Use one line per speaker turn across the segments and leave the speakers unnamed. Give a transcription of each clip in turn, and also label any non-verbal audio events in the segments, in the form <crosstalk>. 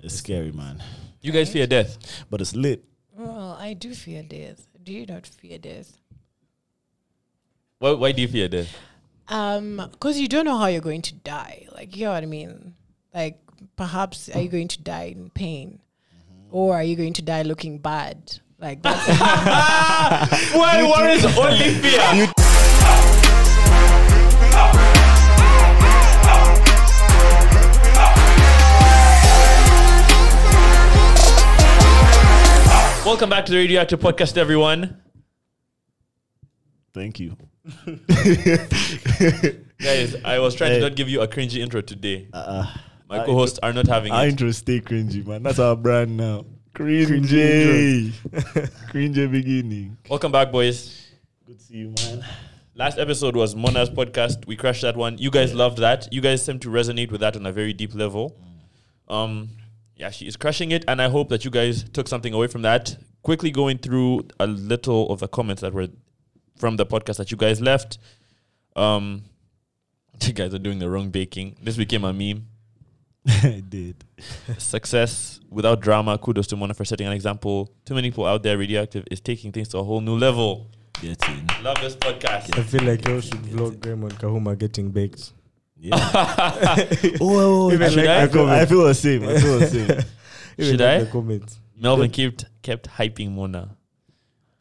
It's scary, man.
You guys fear death.
But it's lit.
Well, I do fear death. Do you not fear death?
Why, why do you fear death?
Um, because you don't know how you're going to die. Like you know what I mean. Like perhaps are you going to die in pain, or are you going to die looking bad? Like that's
Why worries only fear? Welcome back to the Radio Active Podcast, everyone.
Thank you.
Guys, I was trying
Hey.
to not give you a cringy intro today.
Uh,
My
I-
co hosts are not having
I
it.
intro stay cringy, man. That's our brand now. Cringy. <laughs> cringy beginning.
Welcome back, boys.
Good to see you, <laughs> man.
Last episode was Mona's podcast. We crushed that one. You guys loved that. You guys seem to resonate with that on a very deep level. Um, yeah, she is crushing it, and I hope that you guys took something away from that. Quickly going through a little of the comments that were from the podcast that you guys left. Um, <laughs> you guys are doing the wrong baking. This became a meme.
I did.
Success without drama. Kudos to Mona for setting an example. Too many people out there. Radioactive is taking things to a whole new level.
Get <laughs> in.
Love this podcast.
I feel like y'all should vlog Graham and Kahuma getting baked.
Yeah.
<laughs>
oh, oh, oh,
Even
I,
like
I
the
feel, I
comment.
feel the same. I feel the <laughs> same.
Even
Should
like
I?
The comments.
Melvin kept kept hyping Mona.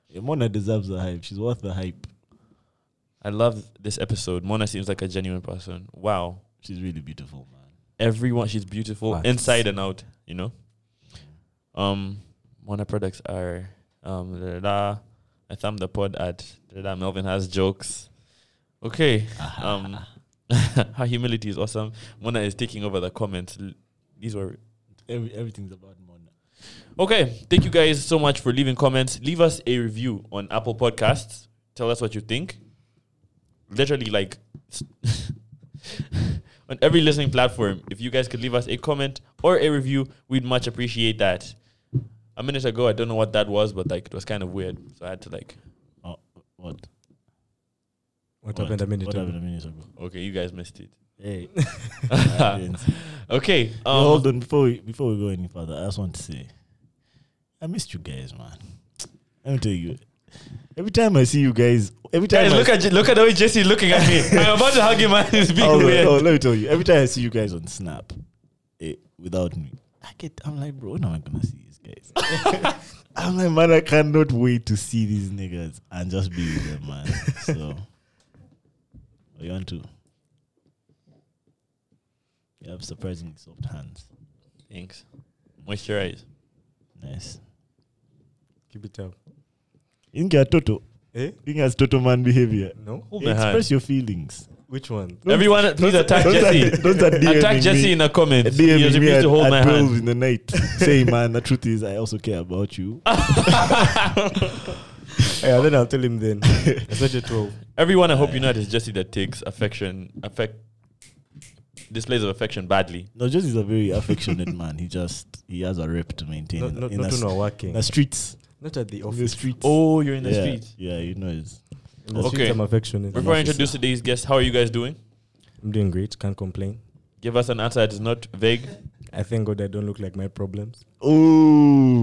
Yeah, Mona deserves the hype. She's worth the hype.
I love this episode. Mona seems like a genuine person. Wow.
She's really beautiful, man.
Everyone she's beautiful
Facts.
inside and out, you know. Um Mona products are um da, da, da. I thumb the pod at da, da, Melvin has jokes. Okay. Um <laughs> her humility is awesome. Mona is taking over the comments. L- These were
Every, everything's about Mona.
Okay, thank you guys so much for leaving comments. Leave us a review on Apple Podcasts. Tell us what you think. Literally, like <laughs> on every listening platform, if you guys could leave us a comment or a review, we'd much appreciate that. A minute ago, I don't know what that was, but like it was kind of weird, so I had to like.
Oh, what?
What, happened a minute
What
ago?
happened a minute ago?
Okay, you guys missed it.
Hey. <laughs> I didn't see.
Okay,
Yo, hold
um,
on before we before we go any further. I just want to say, I missed you guys, man. Let me tell you. Every time I see you guys, every time
guys,
I
look at J- look at the way Jesse's looking
<laughs>
at me. I'm about to hug him, and <laughs> he's being
Hold on,
weird.
hold on, Oh, let me tell you. Every time I see you guys on Snap, eh, without me, I get. I'm like, bro, when am I gonna see these guys? <laughs> I'm like, man, I cannot wait to see these niggas and just be with them, man.
<laughs>
So, oh, you want to? You have surprisingly soft hands.
Thanks. Moisturize.
Nice.
Keep it up.
Inga Toto.
Eh?
Being as total man behavior.
No?
Hold my hand.
Express your feelings.
Which one?
Everyone, please attack
don't start- <laughs>
Jesse.
don't start DMing
Attack
me.
Jesse in the comments. He
DMing
has
me
refused
at,
to hold
at
my
12
hand.
in the night. Say, man, the truth is, I also care about
<laughs>
you.
yeah, then I'll tell
<laughs>
him then. it's not your 12.
Everyone, I hope you know it is Jesse that takes affection, affect displays of affection badly.
No, Jesse is a very affectionate man. He just he has a rep to maintain
Not,
in,
not,
in the,
not when
s-
we're
in
working.
the streets.
Not at the
In the
office.
streets.
Oh, you're in the
yeah,
streets.
Yeah, you know it's
In the streets,
Okay.
I'm affectionate.
Before I
officer.
introduce today's guest, how are you guys doing?
I'm doing great. Can't complain.
Give us an answer that is not vague.
I thank God I don't look like my problems.
oh.
<laughs>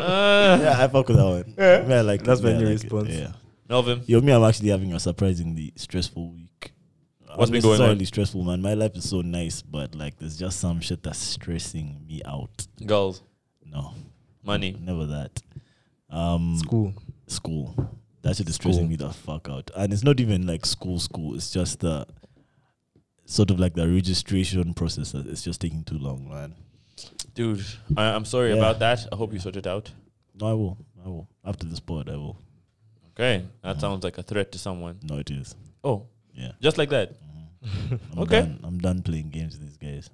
Uh,
yeah, I fuck with that one.
Yeah.
Me, I like
That's
it. Me,
my
I
new
like it.
response.
Yeah.
Melvin,
Yo, me, I'm actually having a surprisingly stressful week.
What's been going on?
Unnecessarily stressful, man. My life is so nice, but like, there's just some shit that's stressing me out.
girls,
No,
money.
never that. Um,
School.
school. That shit is stressing
School.
me the fuck out, and it's not even like school, school. It's just the sort of like the registration process. that It's just taking too long, man.
Dude, I, I'm sorry
Yeah.
about that. I hope you sort it out.
No, I will. I will. After this pod, I will.
Okay, that
Mhm.
sounds like a threat to someone.
No, it is.
Oh,
Yeah.
just like that. <laughs>
Mhm. I'm
Okay.
Done. I'm done playing games with these guys.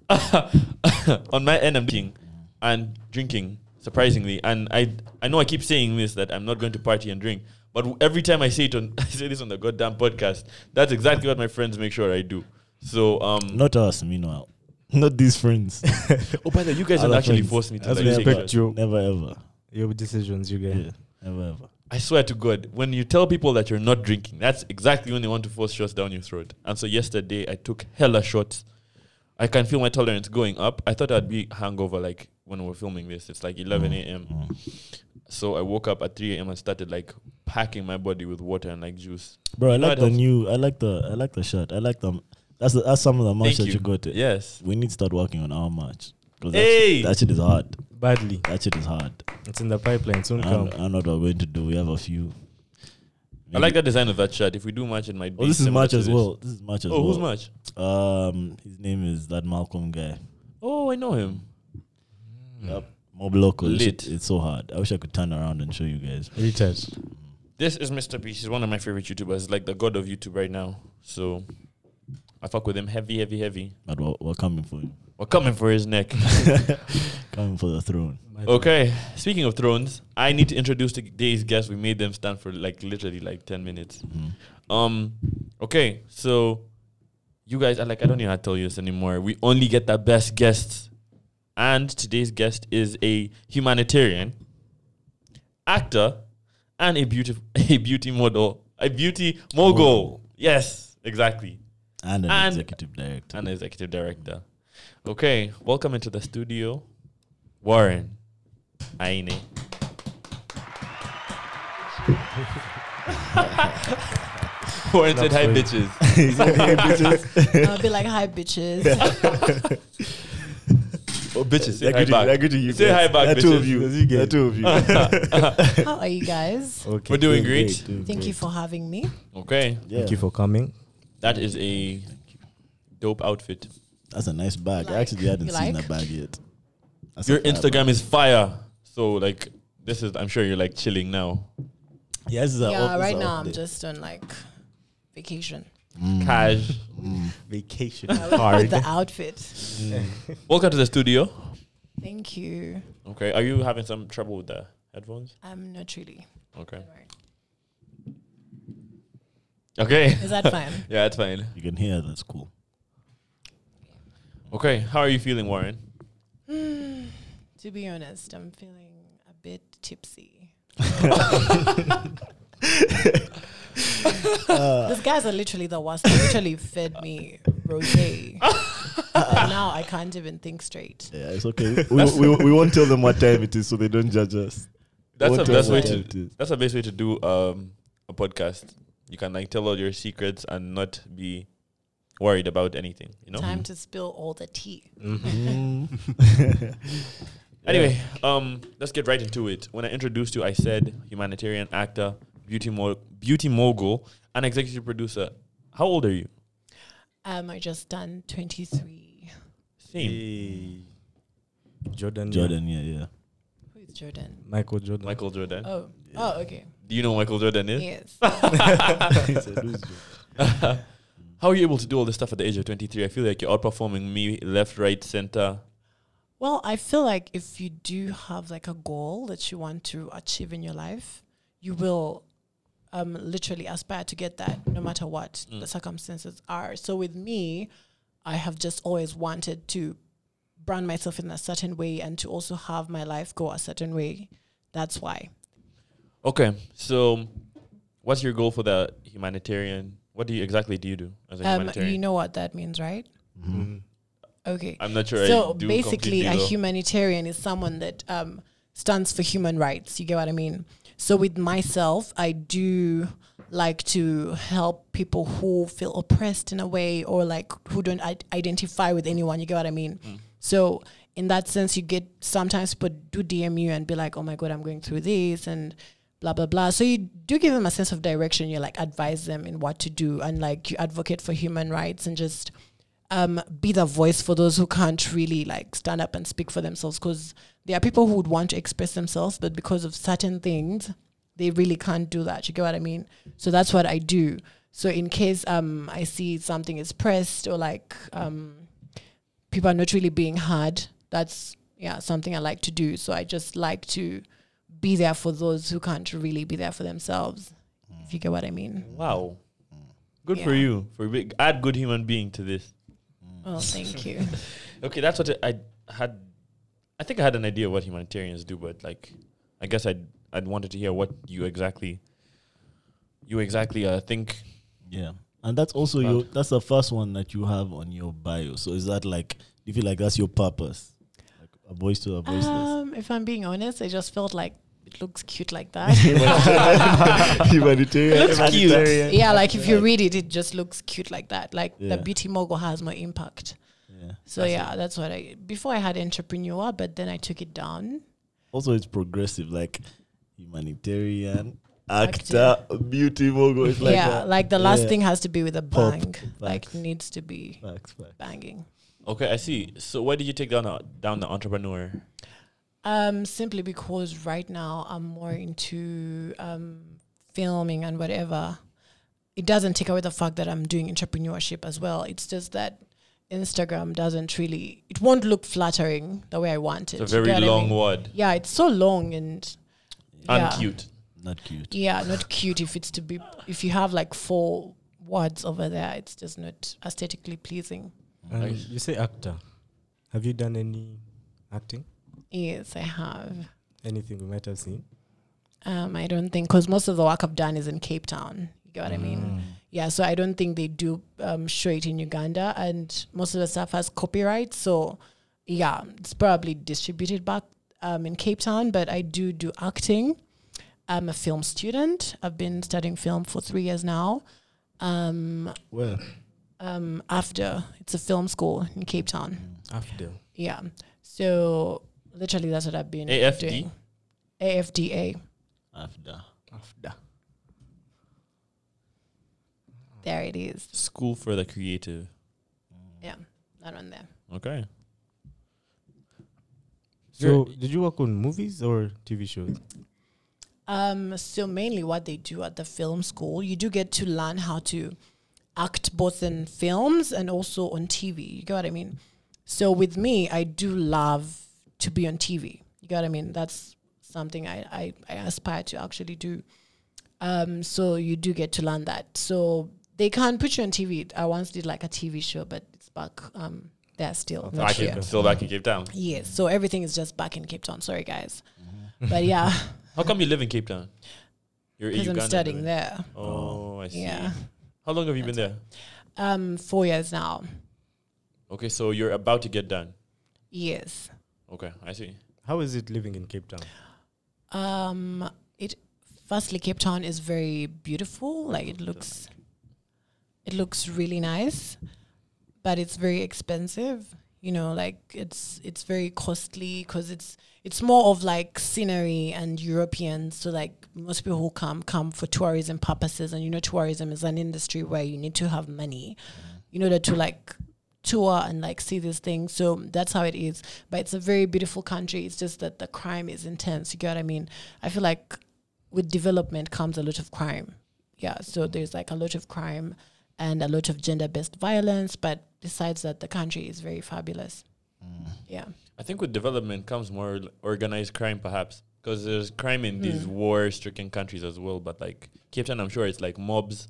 on my end, I'm drinking and drinking surprisingly, and I I know I keep saying this that I'm not going to party and drink, but w- every time I say it on <laughs> I say this on the goddamn podcast, that's exactly what my friends make sure I do. So um,
Not us, meanwhile. Not these friends.
<laughs> oh by the way, you guys have
Other
actually
friends.
forced me to
As
like,
we
take
expect
shots.
you.
Never ever.
Your decisions, you
Yeah.
guys.
Never ever.
I swear to God, when you tell people that you're not drinking, that's exactly when they want to force shots down your throat. And so yesterday, I took hella shots. I can feel my tolerance going up. I thought I'd be hangover like when we we're filming this. It's like 11 a.m. So I woke up at 3 a.m. and started like packing my body with water and like juice.
Bro, I
No,
like
it
the
helps.
new. I like the. I like the shirt. I like the. That's the, that's some of the merch
Thank
that
you.
you got. To.
Yes.
We need to start working on our merch. 'Cause that
Hey!
shit- that shit is hard.
Badly.
That shit is hard.
It's in the pipeline. Soon
I
come.
don't, I don't know what we're going to do. We have a few.
I like that design of that shirt. If we do match, it might be.
Oh, this is
similar
March
to
as
this.
well. This is March as
Oh,
well.
who's March?
Um, his name is that Malcolm guy.
Oh, I know him.
Yep. Mob local. This
Hmm. Lit.
shit- It's so hard. I wish I could turn around and show you guys.
Retouch.
This is Mr. Beast. He's one of my favorite YouTubers, like the god of YouTube right now. So I fuck with him heavy, heavy, heavy.
But we're, we're coming for you.
We're coming for
<laughs>
his neck.
Coming for the throne.
okay. Speaking of thrones, I need to introduce today's guest. We made them stand for like literally like ten minutes.
Mhm.
Um. Okay. So you guys are like, I don't even have to tell you this anymore. We only get the best guests, and today's guest is a humanitarian, actor, and a beauty <laughs> a beauty model, a beauty mogul. Yes, exactly.
And an
And-
executive
<laughs>
director.
And executive director. Okay, welcome into the studio, Warren Aine. Warren said, "Hi,
Enough
bitches."
<laughs>
I'll be like, hi, bitches.
Oh, bitches, say
I
hi
agree to- I
back.
agree to you
Say
guys.
hi back,
The two of
bitches.
you.
Yes, you guys.
The two
<laughs>
of you.
How are you guys?
Okay.
We're doing great.
Thank you for having me.
Okay,
Yeah.
Thank you for coming.
that is a dope outfit.
That's a nice bag. I
Like,
actually hadn't
you
seen
like?
that bag yet. That's a
Your
fire
Instagram is fire. So like, this is. I'm sure you're like chilling now,
bag. Yeah, this is a off-
Yeah,
this is
right
a
now
off
I'm
day.
just on like vacation.
Mm.
cash.
<laughs>
Vacation.
With
Hard.
the outfit.
Welcome to the studio.
Thank you.
Okay, are you having some trouble with the headphones?
I'm not really.
Okay. Okay.
Is that fine?
<laughs> Yeah, that's fine.
You can hear that's cool.
Okay, how are you feeling, Warren?
<sighs> to be honest, I'm feeling a bit tipsy. These guys are literally the worst. They literally fed me rosé. And now I can't even think straight.
Yeah, it's <laughs> okay. we, we, we won't tell them what time it is so they don't judge us.
That's
What
the
time-
best way
what
to.
time it is.
That's the best way to do um a podcast. You can like tell all your secrets and not be worried about anything. You know.
Time to spill all the tea.
Mm. <laughs>
Anyway, um, let's get right into it. When I introduced you, I said humanitarian actor, beauty mo- beauty mogul, and executive producer. How old are you?
Um, I just done 23.
Same.
Jordan.
Jordan, yeah, yeah.
Who is Jordan?
Michael Jordan.
Michael Jordan.
Oh, oh, okay.
Do you know who Michael Jordan is?
Yes.
<laughs>
<laughs> How are you able to do all this stuff at the age of 23? I feel like you're outperforming me left, right, center.
Well, I feel like if you do have like a goal that you want to achieve in your life, you will um, literally aspire to get that no matter what the circumstances are. So with me, I have just always wanted to brand myself in a certain way and to also have my life go a certain way. That's why.
Okay, so what's your goal for the humanitarian? What do you exactly do you do as a
Um,
humanitarian?
you know what that means, right?
Mm-hmm. Mm.
Okay.
I'm not sure.
so
I do
basically
completely
a
though.
humanitarian is someone that um, stands for human rights you get what i mean so with myself i do like to help people who feel oppressed in a way or like who don't I- identify with anyone you get what i mean
Mm.
so in that sense you get sometimes people do dm you and be like oh my god i'm going through this and blah blah blah so you do give them a sense of direction you like advise them in what to do and like you advocate for human rights and just um, be the voice for those who can't really like stand up and speak for themselves because there are people who would want to express themselves but because of certain things they really can't do that you get what i mean so that's what i do so in case um, i see something is pressed or like um, people are not really being heard that's yeah something i like to do so i just like to be there for those who can't really be there for themselves if you get what i mean
wow, good for
Yeah.
you for be- add good human being to this.
oh thank you
Okay, that's what I I had. I think I had an idea what humanitarians do, but like, I guess I'd I'd wanted to hear what you exactly you exactly uh, think.
Yeah. And that's also your that's the first one that you have on your bio. So is that like you feel like that's your purpose? Like a voice to a voiceless.
Um, if I'm being honest, I just felt like it looks cute like that.
<laughs> humanitarian.
Looks cute.
humanitarian.
yeah, like if you read it, it just looks cute like that. Like
Yeah.
the beauty mogul has more impact.
Yeah.
So yeah, that's what I. Before I had entrepreneur, but then I took it down.
Also, it's progressive, like humanitarian, actor, beauty mogul. It's like
yeah,
that.
like the last
Yeah.
thing has to be with a
Pop.
bang. Like
Facts.
needs to be
Facts, facts.
banging.
Okay, I see. So why did you take down the, down the entrepreneur?
Um, simply because right now I'm more into um, filming and whatever. It doesn't take away the fact that I'm doing entrepreneurship as well. It's just that Instagram doesn't really. It won't look flattering the way I want it.
It's a
you
very
get what I
long
mean?
word
Yeah, it's so long and
and
yeah.
cute.
Not cute.
Yeah, not cute if it's to be if you have like four words over there, it's just not aesthetically pleasing.
Um,
Nice.
you say actor. Have you done any acting?
Yes, I have.
Anything we might have seen?
Um, I don't think because most of the work I've done is in Cape Town. You get what I mean? Yeah, so I don't think they do um, show it in Uganda, and most of the stuff has copyright. So yeah, it's probably distributed back um, in Cape Town. But I do do acting. I'm a film student. I've been studying film for three years now. Um,
Well,
um, after it's a film school in Cape Town.
Mm. After.
Yeah, so literally that's what I've been
AFD?
doing. AFDA.
after.
After.
There it is.
School for the creative.
That one there.
Okay.
So, did you work on movies or TV shows?
Um, so mainly what they do at the film school, you do get to learn how to act both in films and also on TV. You get what I mean? So with me, I do love to be on TV. You get what I mean? That's something I, I, I aspire to actually do. Um, so you do get to learn that. So they can't put you on TV. I once did like a TV show, but it's back um, there still.
I
not
can
here.
still back in Cape Town.
Yes. So everything is just back in Cape Town. Sorry, guys.
Mm-hmm. <laughs>
But yeah,
How come you live in Cape Town? You're a
because I'm
Ugandan,
studying
right?
there.
Oh, I see.
Yeah.
How long have you been
That's
there?
Um, four years now.
Okay, so you're about to get done.
Yes.
Okay, I see.
How is it living in Cape Town?
Um, it firstly Cape Town is very beautiful. Like it looks, it looks really nice, but it's very expensive. You know, like it's it's very costly because it's it's more of like scenery and Europeans. So like most people who come come for tourism purposes, and you know, tourism is an industry where you need to have money
Mm.
in order to like tour and like see these things. So that's how it is. But it's a very beautiful country. It's just that the crime is intense. You get what I mean? I feel like with development comes a lot of crime. Yeah. So there's like a lot of crime and a lot of gender based violence. But besides that, the country is very fabulous.
Mm.
Yeah.
I think with development comes more l- organized crime, perhaps, because there's crime in these war-stricken countries as well. But like Cape Town, I'm sure it's like mobs.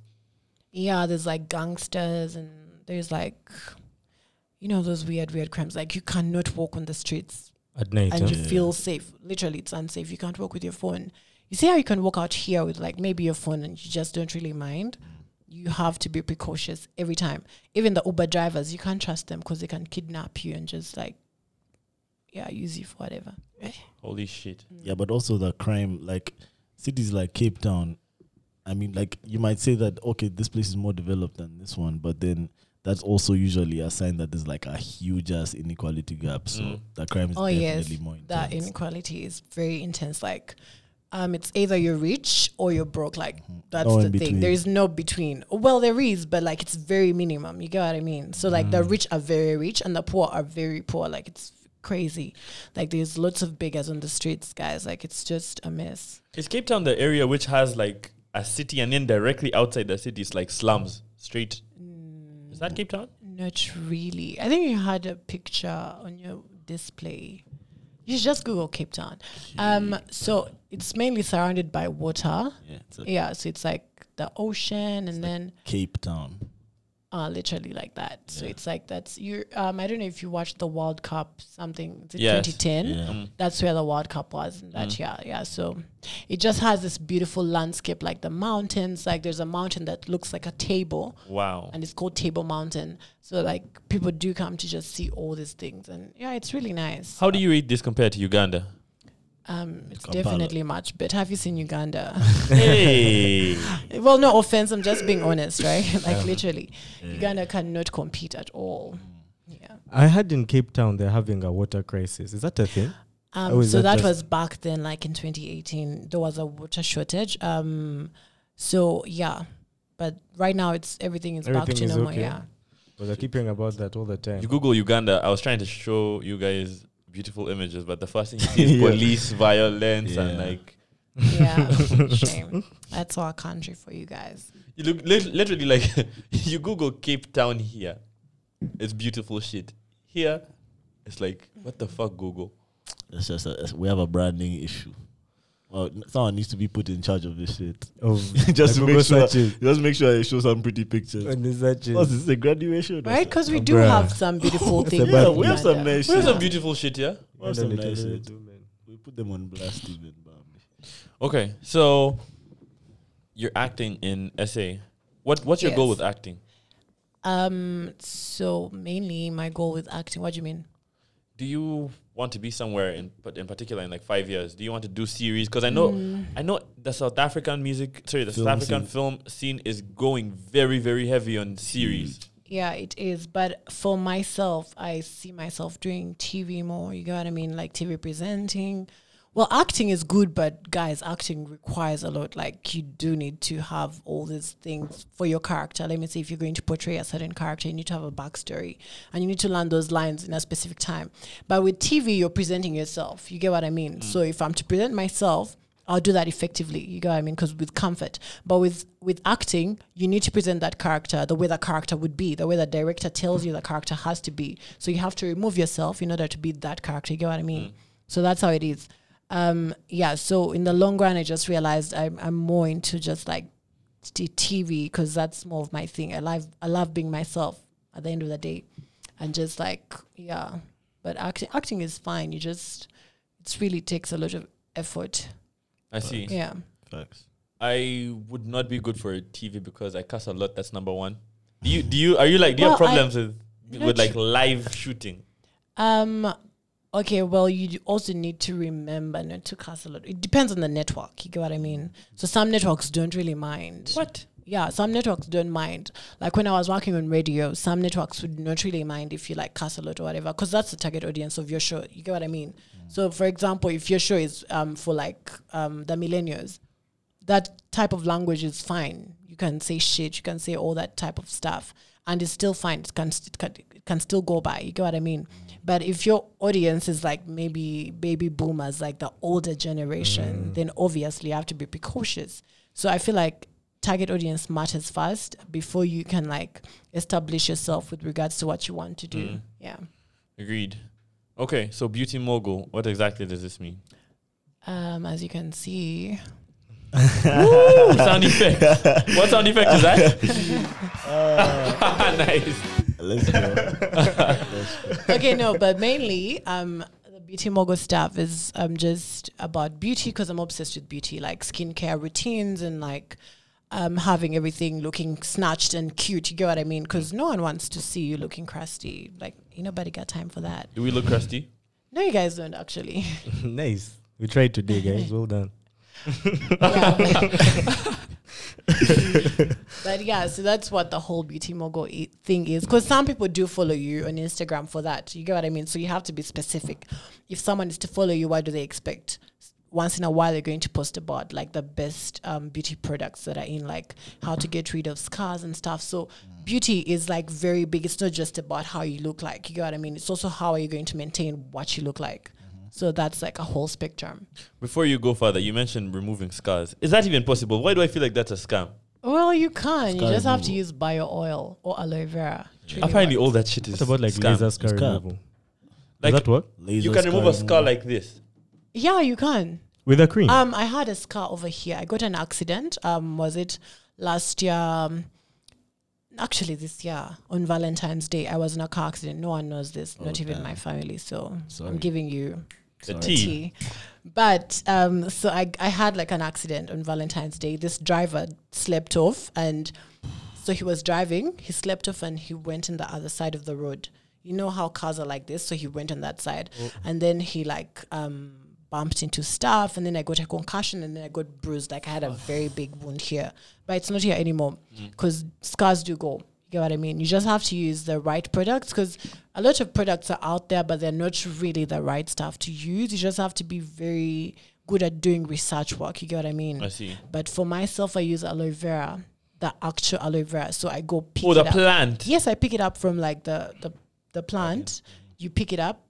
Yeah. There's like gangsters and there's like, you know, those weird, weird crimes. Like you cannot walk on the streets
At night.
and you
Yeah.
feel safe. Literally, it's unsafe. You can't walk with your phone. You see how you can walk out here with like maybe your phone and you just don't really mind. You have to be precautious every time. Even the Uber drivers, you can't trust them because they can kidnap you and just like, yeah, use you for whatever.
Holy shit!
Yeah, but also the crime, like cities like Cape Town. I mean, like you might say that okay, this place is more developed than this one, but then that's also usually a sign that there's like a huge ass inequality gap. So
Mm.
the crime is
Oh yes,
definitely more intense.
that inequality is very intense. Like, um, it's either you're rich or you're broke. Like that's
No
the
Mm. in
thing.
between.
There is no between. Well, there is, but like it's very minimum. You get what I mean? So like
Mm.
the rich are very rich and the poor are very poor. Like it's crazy. Like there's lots of beggars on the streets, guys. Like it's just a mess.
Is Cape Town the area which has like a city and then directly outside the city is like slums, straight? Is that Cape Town?
Mm, Not really. I think you had a picture on your display. You should just Google Cape Town. Um, so it's mainly surrounded by water.
yeah, it's a
Yeah, so it's like the ocean, and then
Cape Town.
uh, literally like that. So it's like that's you. Um, I don't know if you watched the World Cup something. Is it
Yes.
2010?
Yeah.
Mm.
That's where the World Cup was in that year. Yeah. So it just has this beautiful landscape, like the mountains. Like there's a mountain that looks like a table,
Wow.
and it's called Table Mountain. So like people do come to just see all these things, and yeah, it's really nice.
How do you rate this compared to Uganda?
Um, it's
Kampala.
definitely much better. Have you seen Uganda? <laughs>
hey.
well, no offense. I'm just being honest, right? <laughs> like literally, Uganda cannot compete at all.
Mm.
Yeah.
I heard in Cape Town they're having a water crisis. Is that a thing?
Um,
Oh, is
so
that
that,
just-
was back then, like in 2018, there was a water shortage. Um, so yeah, but right now it's everything is back
Everything
to
is
normal.
okay. <laughs>
Yeah,
Because I keep hearing about that all the time.
You Google Uganda. I was trying to show you guys beautiful images, but the first thing you see is
Yeah.
police violence and
Yeah.
like
<laughs>
yeah. Shame. That's our country for you guys.
you look lit- literally like <laughs> you Google Cape Town here. It's beautiful shit. Here, it's like what the fuck Google.
That's just a, that's- we have a branding issue. Well, n- someone needs to be put in charge of this shit.
<laughs> Of
Just
the
to make sure-
<laughs> searches.
Just make sure they show some pretty pictures.
And the searches.
What's this? A graduation? or
Right? Because we do
Bruh.
have some beautiful
It's
things.
a bad
Yeah,
in
we have some
Uganda.
nice
There's
shit.
some beautiful shit here.
What
And
some
the little,
nice
little,
shit.
man.
We put them on blast, even. um, Bambi.
Okay, so you're acting in SA. What what's your goal
Yes.
with acting?
Um. So mainly my goal with acting. What do you mean?
Do you want to be somewhere in but in particular in like five years? Do you want to do series? Because I know
Mm.
I know the South African music sorry the
Film
South African
scene.
film scene is going very very heavy on series.
Yeah, it is. But for myself, I see myself doing TV more. You get what I mean? Like TV presenting. Well, acting is good, but guys, acting requires a lot. Like you do need to have all these things for your character. Let me say, if you're going to portray a certain character, you need to have a backstory, and you need to learn those lines in a specific time. But with TV, you're presenting yourself. You get what I mean? So if I'm to present myself, I'll do that effectively. You know what I mean? Because with comfort, but with with acting, you need to present that character the way that character would be, the way the director tells you the character has to be. So you have to remove yourself in order to be that character. You get what I mean? So that's how it is. Um, yeah. So in the long run, I just realized I'm I'm more into just like t- TV because that's more of my thing. I love I love being myself at the end of the day, and just like yeah. But acting acting is fine. You just it really takes a lot of effort.
I see.
Yeah.
Facts.
I would not be good for TV because I cuss a lot. That's number one. Do you? Do you? Are you like? Do you have
Well, I-
problems with with
not
like live shooting?
Um. Okay. Well, you d- also need to remember not to cast a lot. It depends on the network. You get what I mean. So some networks don't really mind.
What?
Yeah, some networks don't mind. Like when I was working on radio, some networks would not really mind if you like cast a lot or whatever, because that's the target audience of your show. You get what I mean? So, for example, if your show is um, for like um, the millennials, that type of language is fine. You can say shit, you can say all that type of stuff, and it's still fine. It can, st- it can, it can still go by. You get what I mean? But if your audience is like maybe baby boomers, like the older generation, then obviously you have to be precautious. So I feel like target audience matters first before you can like establish yourself with regards to what you want to do.
Mm.
Yeah.
Agreed. Okay, so beauty mogul. What exactly does this <laughs> mean?
Um, as you can see,
Ooh, sound effect. What sound effect is <laughs> that? nice.
Let's go.
okay, no, but mainly, um, the beauty mogul stuff is um just about beauty because I'm obsessed with beauty, like skincare routines and like um having everything looking snatched and cute. You get what I mean? Because no one wants to see you looking crusty. Like, ain't nobody got time for that.
Do we look crusty?
No, you guys don't actually.
<laughs> nice. We tried today, guys. Well done.
Yeah. but yeah, so that's what the whole beauty mogul i- thing is. Because some people do follow you on Instagram for that. You get what I mean? So you have to be specific. If someone is to follow you, what do they expect? Once in a while, they're going to post about like the best um, beauty products that are in, like how to get rid of scars and stuff. So beauty is like very big. It's not just about how you look like. You get what I mean? It's also how are you going to maintain what you look like. So that's like a whole spectrum.
Before you go further, you mentioned removing scars. Is that even possible? Why do I feel like that's a scam?
Well, you can. You
gotta
just have to
be-
use bio oil or aloe vera. Truly
Apparently,
works.
all that shit is
What about like
scam.
laser scar
Scam.
removal?
Like,
Does that work?
Laser
you can remove a
scarring.
scar like this.
Yeah, you can.
With a cream?
Um, I had a scar over here. I got an accident. Um, was it last year? Um, actually this year on Valentine's Day, I was in a car accident. No one knows this, not
Oh,
even
damn.
my family. So
Sorry.
I'm giving you
The
Sorry.
tea.
tea. But um, so I, I had like an accident on Valentine's Day. This driver slept off, and so he was driving. He slept off, and he went on the other side of the road. You know how cars are like this, so he went on that side, and then he like um, bumped into stuff, and then I got a concussion, and then I got bruised. Like I had a very big wound here, but it's not here anymore because scars do go. You get what I mean? You just have to use the right products because a lot of products are out there, but they're not really the right stuff to use. You just have to be very good at doing research work. You get what I mean?
I see.
But for myself, I use aloe vera, the actual aloe vera. So I go pick
Oh, the
it up.
plant.
Yes, I pick it up from like the the, the plant. You pick it up,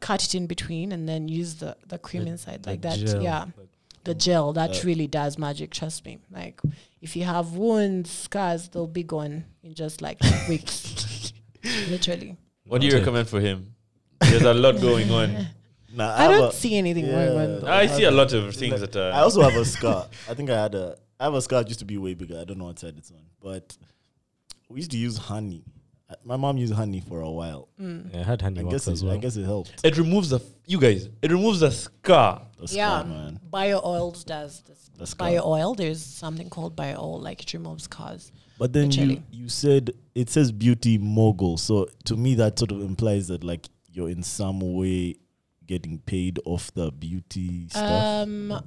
cut it in between, and then use the the cream
The-
inside
the
like that.
gel.
Yeah,
But
the gel that
Uh,
really does magic. Trust me. Like if you have wounds, scars, they'll be gone in just like <laughs> weeks. Literally,
What do you
Okay.
recommend for him? There's a lot going <laughs> on.
Nah,
I
have
don't
a-
see anything
Yeah.
wrong. Though.
I see a lot of things that uh, are.
I also have a scar. I think I had a. I have a scar that used to be way bigger. I don't know what side it's on, but we used to use honey. Uh, My mom used honey for a while.
Mm.
yeah, I had
I
handy
guess
works
it,
as well.
I guess it helped.
it removes the. You guys. It removes the scar.
The
yeah,
scar, man.
bio oils does this.
The scar.
Bio oil, there's something called bio oil, like it removes scars.
But then you,
Actually.
you said it says beauty mogul. So to me, that sort of implies that like you're in some way getting paid off the beauty stuff.
Um,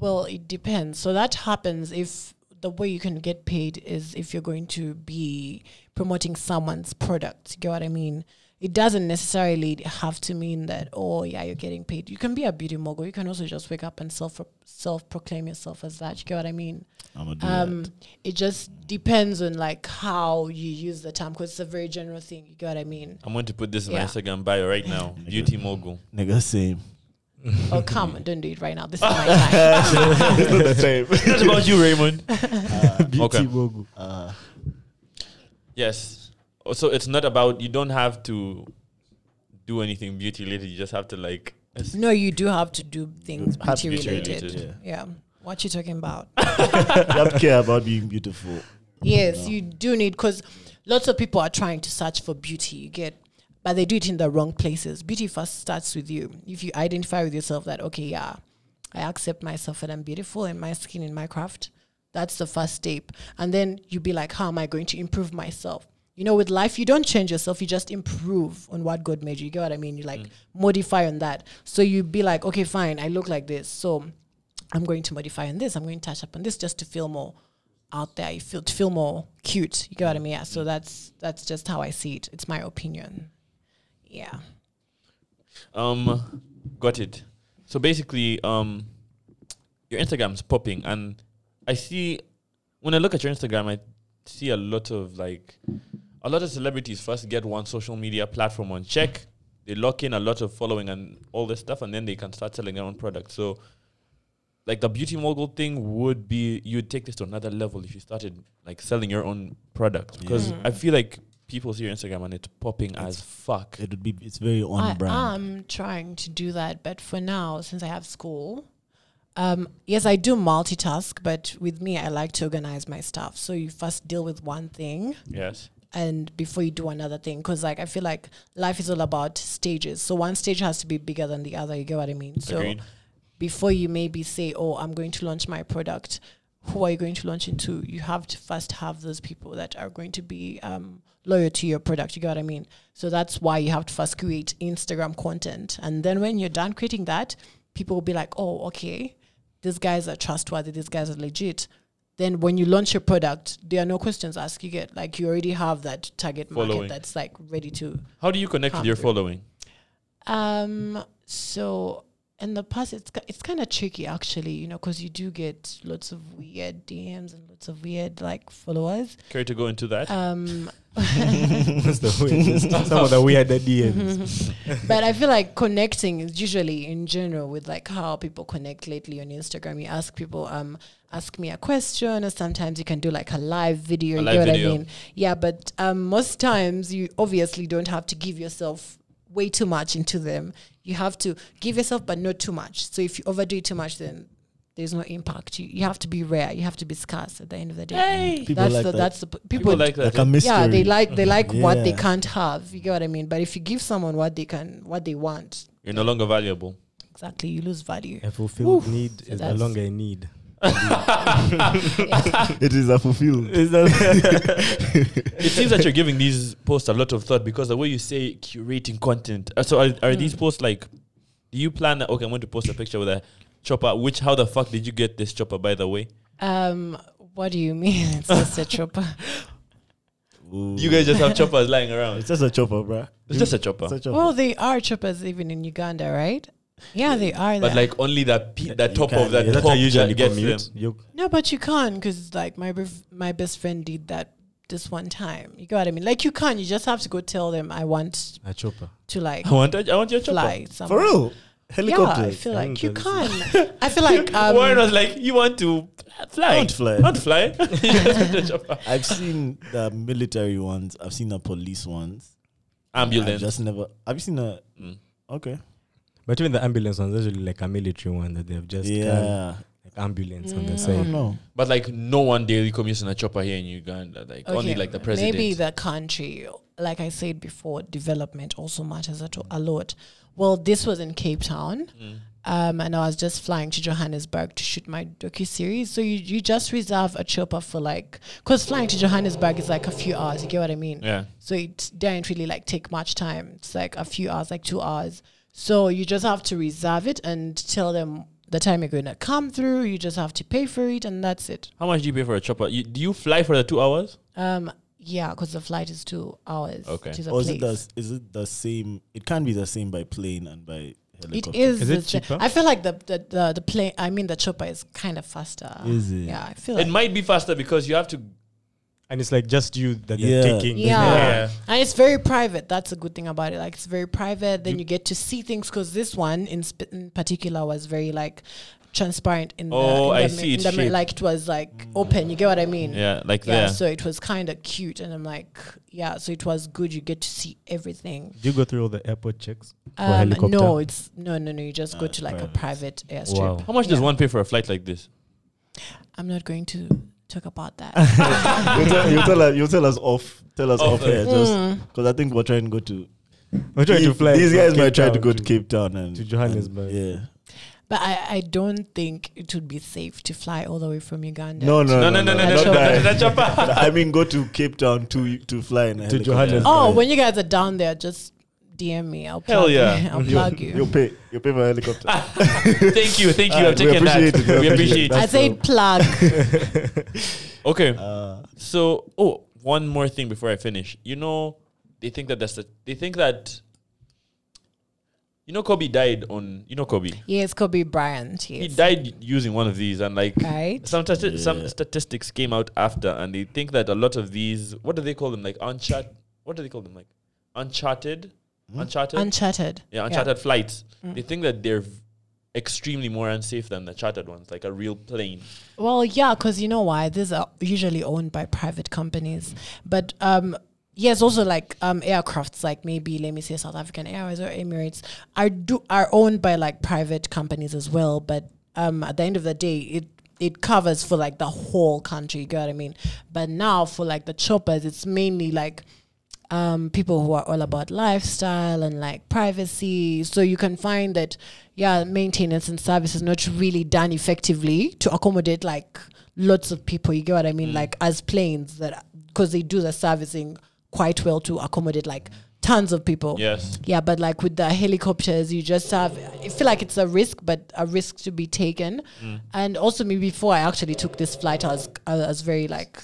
well, it depends. So that happens if the way you can get paid is if you're going to be promoting someone's product. You get what I mean? It doesn't necessarily have to mean that. Oh, yeah, you're getting paid. You can be a beauty mogul. You can also just wake up and self self proclaim yourself as that. You get what I mean?
I'm gonna do
Um,
that.
it just depends on like how you use the term because it's a very general thing. You get what I mean?
I'm going to put this in my
Yeah.
Instagram bio right now.
<laughs>
Beauty mogul.
Nigga,
<laughs>
same.
oh, come on, don't do it right now. This is my time.
<laughs>
it's not about you, Raymond.
beauty
Okay.
mogul. Uh,
<laughs> Yes. Oh, So it's not about you don't have to do anything beauty related. You just have to like.
No, you do have to do things
Have to
beauty
be
related.
related.
Yeah. What you talking about?
you have to care about being beautiful.
yes, you do need because lots of people are trying to search for beauty. You get, but they do it in the wrong places. Beauty first starts with you. If you identify with yourself that okay, yeah, I accept myself and I'm beautiful in my skin in my craft. That's the first step, and then you be like, how am I going to improve myself? You know, with life, you don't change yourself. You just improve on what God made you. You get what I mean? You like modify on that. So you be like, okay, fine, I look like this. So I'm going to modify on this. I'm going to touch up on this just to feel more out there. You feel to feel more cute. You get what I mean? Yeah. So that's that's just how I see it. It's my opinion. Yeah.
Um, got it. So basically, um, your Instagram's popping, and I see when I look at your Instagram, I see a lot of like a lot of celebrities first get one social media platform on check. They lock in a lot of following and all this stuff, and then they can start selling their own products. So, like the beauty mogul thing would be you'd take this to another level if you started like selling your own product because I feel like people see your Instagram and it's popping as fuck.
It would be. It's very on
I um,
brand.
am trying to do that, but for now, since I have school, um, yes, I do multitask, but with me, I like to organize my stuff. So you first deal with one thing,
Yes.
and before you do another thing because like i feel like life is all about stages so one stage has to be bigger than the other you get what i mean so
Agreed.
before you maybe say oh i'm going to launch my product who are you going to launch into you have to first have those people that are going to be um, loyal to your product you get what i mean so that's why you have to first create instagram content and then when you're done creating that people will be like oh okay these guys are trustworthy these guys are legit then when you launch your product, there are no questions asked. You get like you already have that target
Following.
market that's like ready to.
How do you connect with your
Come through.
following?
Um. So in the past, it's ki- it's kind of tricky actually, you know, because you do get lots of weird DMs and lots of weird like followers.
Care to go into that?
Um.
<laughs>
That's the weirdest. <laughs> Some of the weird DMs.
Mm-hmm. <laughs> but I feel like connecting is usually in general with like how people connect lately on Instagram. You ask people, um, ask me a question, or sometimes you can do like a live video.
A
you
live
know what
video.
I mean? Yeah, but um, most times you obviously don't have to give yourself way too much into them. You have to give yourself, but not too much. So if you overdo it too much, then there's no impact. You, you have to be rare. You have to be scarce at the end of the day.
Hey.
People
that's
like
the
that.
that's the p- people,
People like that.
like a mystery.
yeah they like they like what they
Yeah.
can't have. You get what I mean? But if you give someone what they can what they want,
You're no longer valuable.
exactly you lose value.
A fulfilled
Oof.
need
So
is no
that's-
longer a need.
<laughs> it is a fulfilled.
<laughs>
<laughs>
It seems that you're giving these posts a lot of thought because the way you say curating content. uh, So are, are these posts like? Do you plan that? Okay, I'm going to post a picture with a chopper. Which? How the fuck did you get this chopper? By the way,
Um, what do you mean? <laughs> It's just a chopper.
you guys just have choppers lying
It's
around.
just a chopper, bruh.
It's just a chopper.
It's a chopper.
Well, they are choppers even in Uganda, right? Yeah, they are.
But
there.
like only the pe- the
You
top
can-
of that
is
top
how
that
you usually
gets
commute?
them.
You-
no, but you can't because like my bef- my best friend did that this one time. You got what I mean? Like you can't. You just have to go tell them I want
a chopper.
to like
I want a, I want your chopper.
fly
For
somewhere.
real? Mm,
Yeah,
Helicopter.
I feel
Oh,
like you
Helicopters.
can. I feel like um,
Warren was like, you want to fly?
Don't fly.
Not fly. <laughs> You just want your chopper.
<laughs> I've seen the military ones. I've seen the police ones. I've
Ambulance.
just never. Have you seen a?
Mm.
Okay.
But even the ambulance one's actually like a military one that they've just yeah.
yeah.
like ambulance on the
I don't
side.
know.
But like no one daily commutes in a chopper here in Uganda. Like only like the president.
Maybe the country, like I said before, development also matters at a lot. Well, this was in Cape Town,
Mm.
um, and I was just flying to Johannesburg to shoot my docu series. So you, you just reserve a chopper for like, because flying to Johannesburg is like a few hours. You get what I mean?
yeah.
So it didn't really like take much time. It's like a few hours, like two hours. So you just have to reserve it and tell them the time you're going to come through. You just have to pay for it, and that's it.
How much do you pay for a chopper? You, do you fly for the two hours?
Um, yeah, because the flight is two hours.
Okay.
To the
Or is
place.
it the? s- Is it the same? It can be the same by plane and by helicopter.
It is.
Is
the
it
sa-
cheaper?
I feel like the the, the, the plane. I mean, the chopper is kind of faster.
Is it?
Yeah, I feel
it
like.
might be faster because you have to.
And it's like just you that they're
Yeah.
taking.
Yeah.
Yeah.
and it's very private. That's a good thing about it. Like it's very private. Then you, get to see things because this one in, sp- in particular was very like transparent in the
Oh,
in
I
the, mi-
see,
in
it's
the mi-
shaped.
like it was like open. You get what I mean?
Yeah. Like
Yeah,
there.
so it was kind of cute, and I'm like, yeah. So it was good. You get to see everything.
Do you go through all the airport checks? for
Um,
helicopter?
no, it's no, no, no. You just go
Uh,
to like a private
private.
airstrip.
Wow.
How much does
Yeah.
one pay for a flight like this?
I'm not going to talk about
<laughs>
that.
<laughs> <laughs> you tell, you tell us. You tell us off. Tell us
Off
off,
air.
air,
Mm.
just because I think we're trying to go to.
We're trying to
If-
fly.
These
from
guys
Cape
might try to
Town
go to Cape Town and
to Johannesburg.
and- yeah.
but I, I don't think it would be safe to fly all the way from Uganda.
No, no,
No, no, no, no,
no,
not
no,
that.
no, no,
<laughs>
chopper.
I mean, go to Cape Town to to fly in a
To
helicopter.
Johannesburg.
Oh,
Right.
when you guys are down there, just DM me. I'll
Hell
plug
yeah.
You. <laughs> I'll
You-
plug you.
You'll pay. You'll pay for a
<laughs>
helicopter.
thank you. Thank you.
Uh,
I've
we
taken that.
appreciate it, we
We
appreciate
appreciate it.
I said plug. <laughs>
Okay.
Uh,
So, oh, one more thing before I finish. You know, they think that that's the. They think that. You know, Kobe died on. You know, Kobe.
yes, Kobe Bryant.
He
Yes.
died using one of these, and like
Right?
some stati- some
Yeah.
statistics came out after, and they think that a lot of these. What do they call them? Like uncharted. What do they call them? Like uncharted.
Hmm?
Uncharted.
Uncharted.
yeah, uncharted flights. They think that they're v- extremely more unsafe than the chartered ones, like a real plane.
Well, yeah, because you know why? These are usually owned by private companies. But um, yes, also like um, aircrafts, like maybe, let me say South African Airways or Emirates, are, do, are owned by like private companies as well. But um, at the end of the day, it it covers for like the whole country, you get what I mean? But now for like the choppers, it's mainly like um, people who are all about lifestyle and like privacy. So you can find that, yeah, maintenance and service is not really done effectively to accommodate like lots of people. You get what I mean? Like as planes that, because they do the servicing quite well to accommodate like tons of people.
Yes.
Yeah, but like with the helicopters, you just have, I feel like it's a risk, but a risk to be taken.
Mm.
And also, me before I actually took this flight, I was, I was very like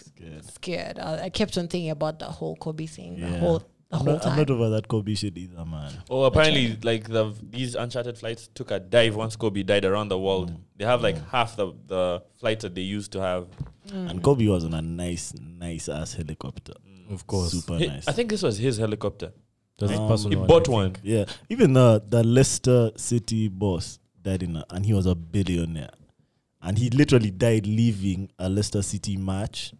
scared. I, I kept on thinking about the whole Kobe thing, the
Yeah.
whole, the
I'm
whole
not,
time.
I'm not over that Kobe shit either, man.
Oh, apparently, like the v- these uncharted flights took a dive once Kobe died around the world.
Hmm.
They have like half the the flights that they used to have.
Mm.
And Kobe was on a nice, nice ass helicopter.
Of course.
Super
He-
nice.
I think this was his helicopter.
That's
Um,
He
personal one, I
bought
think.
one.
Yeah. Even uh, the Leicester City boss died in a, and he was a billionaire. And he literally died leaving a Leicester City match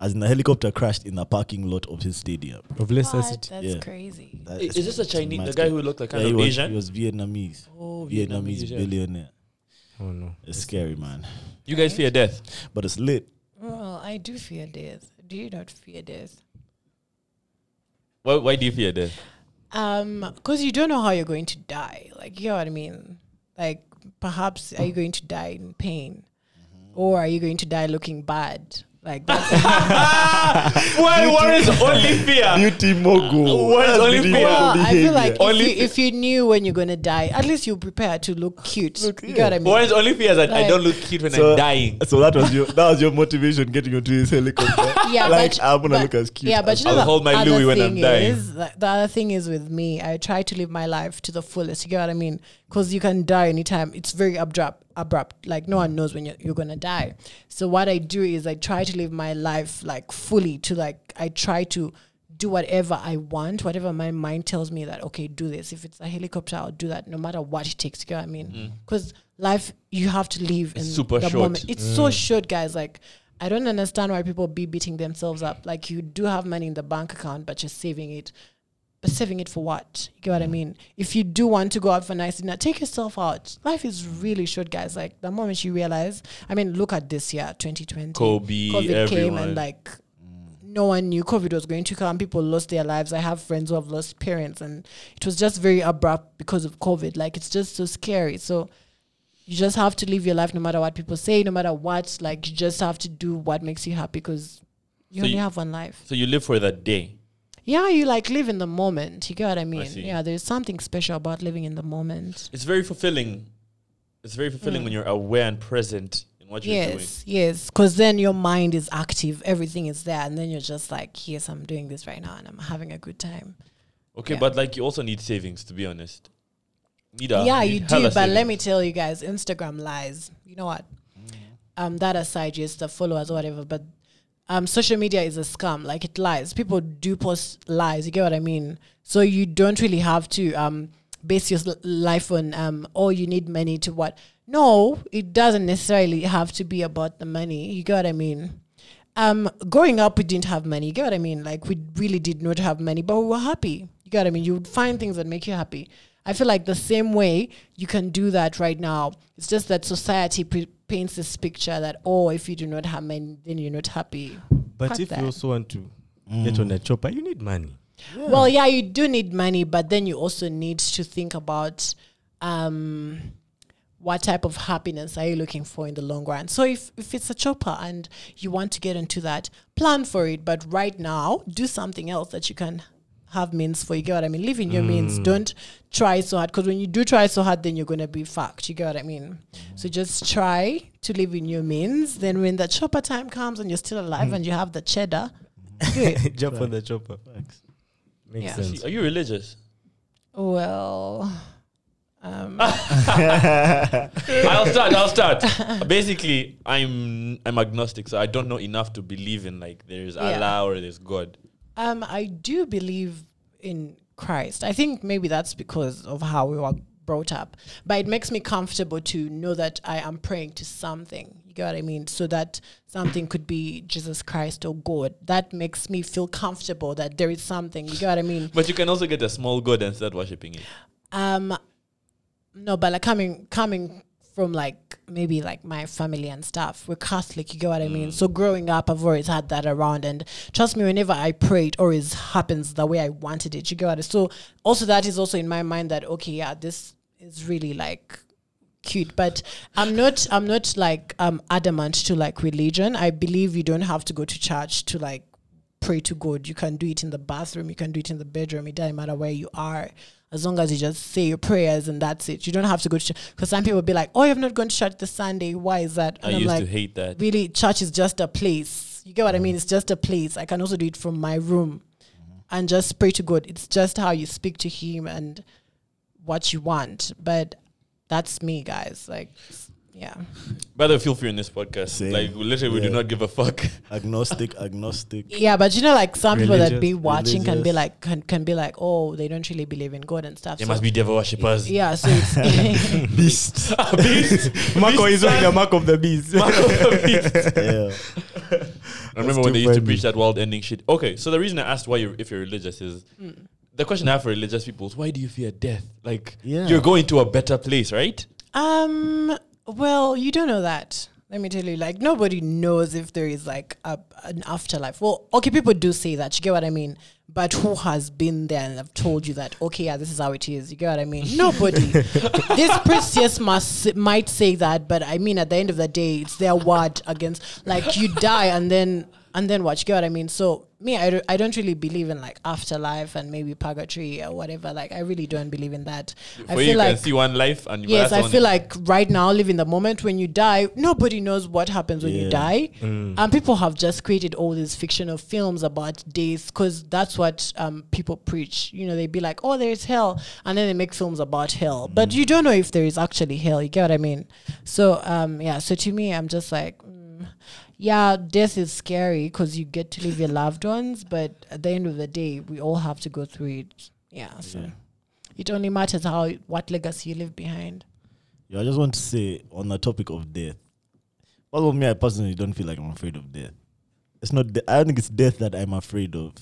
as in a helicopter crashed in a parking lot of his stadium.
Of
What?
Leicester City.
That's
Yeah.
crazy.
That
I- Is this a Chinese? The
mad
guy
stuff.
who looked like kind
Yeah, he
of
was,
Asian?
He was Vietnamese.
oh,
Vietnamese
yeah.
billionaire. <laughs>
Oh no.
It's scary, man.
You guys fear death.
But it's lit.
Well, I do fear death. Do you not fear death?
Why, why do you fear death?
Um, because you don't know how you're going to die. Like you know what I mean. Like perhaps are you going to die in pain,
Mm-hmm.
or are you going to die looking bad? <laughs> Like that's
<laughs> Why? What is only fear?
Beauty
<laughs>
mogul.
What is only
Beauty
fear?
mogul
Well, I feel like
behavior.
Only
if you, if you knew when you're gonna die, at least you prepare to look cute. you got what I mean?
What is only fear is that I
Like-
don't look cute when
So-
I'm dying.
so that was your that was your motivation getting onto his helicopter.
<laughs> Yeah,
like
but-
I'm gonna
but-
look as cute.
Yeah, but
as
you know
I'll
the
hold my
other
Louis when I'm
thing
dying.
is- the the other thing is with me, I try to live my life to the fullest. You get what I mean? Because you can die anytime. It's very abrupt. Abrupt. Like no one knows when you're, you're gonna die. So what I do is I try to live my life like fully. To like I try to do whatever I want, whatever my mind tells me that okay, do this. If it's a helicopter, I'll do that, no matter what it takes. You get what I mean? Because life, you have to live in
Mm. super
the
short.
moment. It's so short, guys. Like, I don't understand why people be beating themselves up. Like, you do have money in the bank account, but you're saving it. But saving it for what? You get what I mean? If you do want to go out for a nice dinner, take yourself out. Life is really short, guys. Like, the moment you realize, I mean, look at this year, 2020.
Kobe,
COVID came
everyone.
and, like, no one knew COVID was going to come. People lost their lives. I have friends who have lost parents, and it was just very abrupt because of COVID. Like, it's just so scary. So, you just have to live your life no matter what people say, no matter what. Like, you just have to do what makes you happy because you
So
only
you-
have one life.
So you live for that day.
Yeah, you like live in the moment. You get what I mean?
see.
yeah, there's something special about living in the moment.
It's very fulfilling. It's very fulfilling when you're aware and present in what you're doing.
Mm. Yes, yes. Because then your mind is active, everything is there. And then you're just like, yes, I'm doing this right now and I'm having a good time.
Okay,
Yeah.
but like you also need savings to be honest. Need a-
yeah,
need
you do.
hella
But let
savings.
me tell you guys, Instagram lies. You know what? Um, that aside, yes, the followers or whatever, but um, social media is a scam. Like it lies. People do post lies. You get what I mean? So you don't really have to um base your s- life on um oh you need money to what? No, it doesn't necessarily have to be about the money. You get what I mean? um, growing up, we didn't have money. You get what I mean? Like, we really did not have money, but we were happy. You get what I mean? You would find things that make you happy. I feel like the same way you can do that right now. It's just that society pre- paints this picture that, oh, if you do not have money, then you're not happy.
But
Fuck
if
that.
you also want to
Mm.
get on a chopper, you need money.
Well, yeah, you do need money, but then you also need to think about um, what type of happiness are you looking for in the long run. So if, if it's a chopper and you want to get into that, plan for it. But right now, do something else that you can have means for. You get what I mean? Live in your means. Don't try so hard because when you do try so hard, then you're going to be fucked. You get what I mean? So just try to live in your means. Then when the chopper time comes and you're still alive and you have the cheddar, do it.
Jump on the chopper.
Facts.
Makes
Yeah.
sense.
Are you religious?
Well, um,
I'll start. I'll start. Basically, I'm I'm agnostic, so I don't know enough to believe in like there's
Yeah.
Allah or there's God.
um, I do believe in Christ. I think maybe that's because of how we were brought up, but it makes me comfortable to know that I am praying to something. You get what I mean? So that something could be Jesus Christ or God. That makes me feel comfortable that there is something. You get what I mean?
But you can also get a small God and start worshiping it.
Um, no, but like coming coming from like maybe like my family and stuff, we're Catholic. You get what I mean. So growing up, I've always had that around, and trust me, whenever I pray, it always happens the way I wanted it. You get what I so also that is also in my mind that okay, yeah, this is really like cute but i'm not i'm not like um adamant to like religion i believe you don't have to go to church to like pray to god you can do it in the bathroom you can do it in the bedroom it doesn't matter where you are as long as you just say your prayers and that's it you don't have to go to church because some people be like oh you've not gone to church this sunday why is that
I
and i'm
used
like
to hate that.
really church is just a place you get what i mean it's just a place i can also do it from my room and just pray to god it's just how you speak to him and what you want but that's me guys like yeah
By the way, feel free in this podcast.
Same.
Like literally, we do
Yeah.
not give a fuck.
Agnostic,
<laughs>
agnostic.
yeah but you know like some people that be
Religious-
watching can be
religious.
like can, can be like oh they don't really believe in god and stuff
There
so
must be devil worshippers.
yeah so it's <laughs>
Beast.
<laughs> Beast.
<laughs> Marco
<laughs>
is on the mark of the beast. <laughs>
yeah.
I remember when
too
they used to
funny.
preach that world ending shit. Okay, so the reason I asked why you're, if you're religious is
Mm.
the question I have for religious people is why do you fear death? Like,
Yeah.
you're going to a better place, right?
um Well, you don't know that. Let me tell you, like nobody knows if there is like a, an afterlife. Well, okay, people do say that. You get what I mean? But who has been there and have told you that? Okay, yeah, this is how it is. You get what I mean? Nobody. this priestess must might say that, but I mean, at the end of the day, it's their word against. Like you die and then and then what? You get what I mean? So me, I, do, I don't really believe in like afterlife and maybe purgatory or whatever. Like I really don't believe in that. I
Where you can see one life and you
Yes,
that's
I
one-
feel like right now, live in the moment. When you die, nobody knows what happens when
Yeah. Mm.
you die, and people have just created all these fictional films about death because that's what um, people preach. You know, they be like, "Oh, there's hell," and then they make films about hell,
Mm.
but you don't know if there is actually hell. You get what I mean? So, um, yeah. So to me, I'm just like. Mm, yeah, death is scary because you get to leave your loved ones, but at the end of the day, we all have to go through it. Yeah, so
Yeah.
it only matters how what legacy you leave behind.
Yeah, I just want to say on the topic of death. Well, me, I personally don't feel like I'm afraid of death. It's not. De- I don't think it's death that I'm afraid of.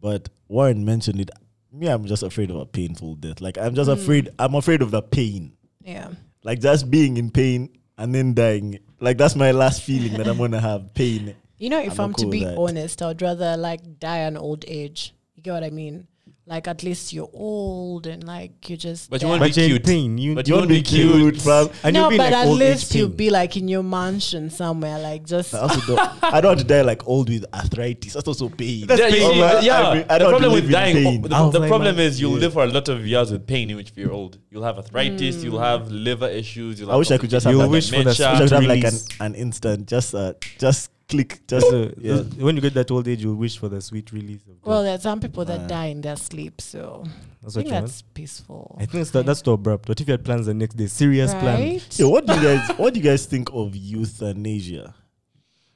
But Warren mentioned it. Me, I'm just afraid of a painful death. Like I'm
Hmm.
just afraid. I'm afraid of the pain.
Yeah.
Like just being in pain and then dying. Like that's my last feeling that I'm gonna have pain.
You know, if
I'm
I'm,
cool
to
with
be
that.
honest, I'd rather like die an old age. You get what I mean? Like at least you're old and like you're just.
But you
there.
wanna be
But you're in
cute.
pain. You,
But
you
you
won't
won't
be
be cute.
cute, bruv. And
no,
you'll be in,
but
like oh,
at
old
least
age
you'll
pain.
be like in your mansion somewhere, like just.
I also
<laughs>
don't. I don't want to die like old with arthritis. That's also pain.
yeah, you
Oh,
see,
man,
yeah.
I, I
the
don't
problem
live
with
in
dying, oh,
pain.
the,
I was
the
like,
problem
man,
is you'll
yeah.
live for a lot of years with pain, which if you're old, you'll have arthritis, you'll have liver issues. You'll
I
have
wish I could just have
You
like a
wish for that
dementia.
I should have like an,
release.
an instant, just uh, just click, just
That's the-
yeah.
that's- when you get that old age, you wish for the sweet release. Of death.
Well, there's some people that
Uh,
die in their sleep, so
that's
I
what
think
you want.
that's peaceful.
I think it's that, that's too abrupt. What if you had plans the next day? Serious plan.
Right?
Yo, what do you guys what do you guys think of euthanasia?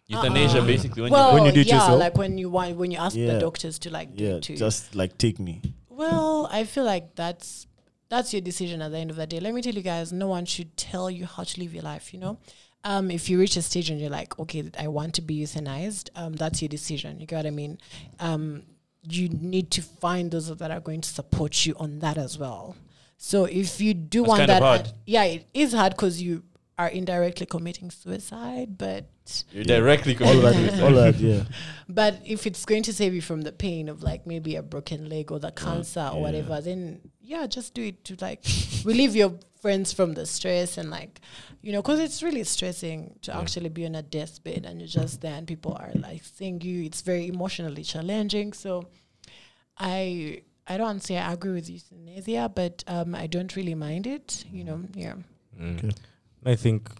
euthanasia,
Uh-uh.
basically. When you
well,
when you do it
yeah,
yourself?
like when you want, when you ask
Yeah.
the doctors to like do
Yeah,
it to you.
just like take me.
Well, I feel like that's that's your decision at the end of the day. Let me tell you guys, no one should tell you how to live your life, you know? Um, if you reach a stage and you're like, okay, I want to be euthanized, um, that's your decision. You get what I mean? Um, you need to find those that are going to support you on that as well. So if you do
That's
want
kind of
that,
hard.
yeah, it is hard because you are indirectly committing suicide, but
you're directly
All
connected.
that, all that, yeah.
but if it's going to save you from the pain of like maybe a broken leg or the cancer or
yeah.
whatever, then yeah, just do it to like relieve your friends from the stress and like, you know, because it's really stressing to actually be on a deathbed and you're just there and people are like seeing you. It's very emotionally challenging. So I. I don't say I agree with euthanasia, but um, I don't really mind it. You know, yeah.
Okay.
I think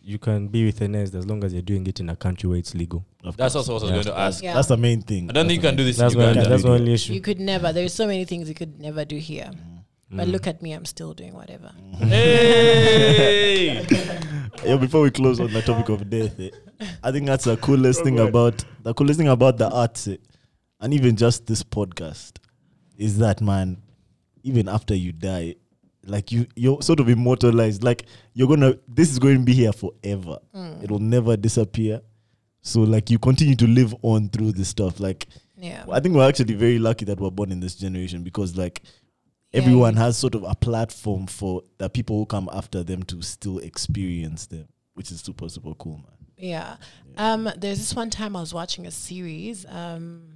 you can be euthanized as long as you're doing it in a country where it's legal.
Of
That's
course.
also what I was
Yeah.
going to ask.
yeah.
That's the main thing.
I don't think you can do this in
That's my
Uganda.
that's my
Yeah.
only issue.
you could never. There's so many things you could never do here. But
Mm.
look at me, I'm still doing whatever.
Mm. Hey!
Yeah, before we close on the topic of death, eh, I think that's the coolest thing about the coolest thing about the arts, eh, and even just this podcast, is that man, even after you die, like you you're sort of immortalized. Like you're gonna this is going to be here forever. It will never disappear. So like you continue to live on through this stuff. Like
Yeah.
I think we're actually very lucky that we're born in this generation because like
Yeah,
everyone has sort of a platform for the people who come after them to still experience them, which is super super cool, man.
Yeah. Um, there's this one time I was watching a series. Um,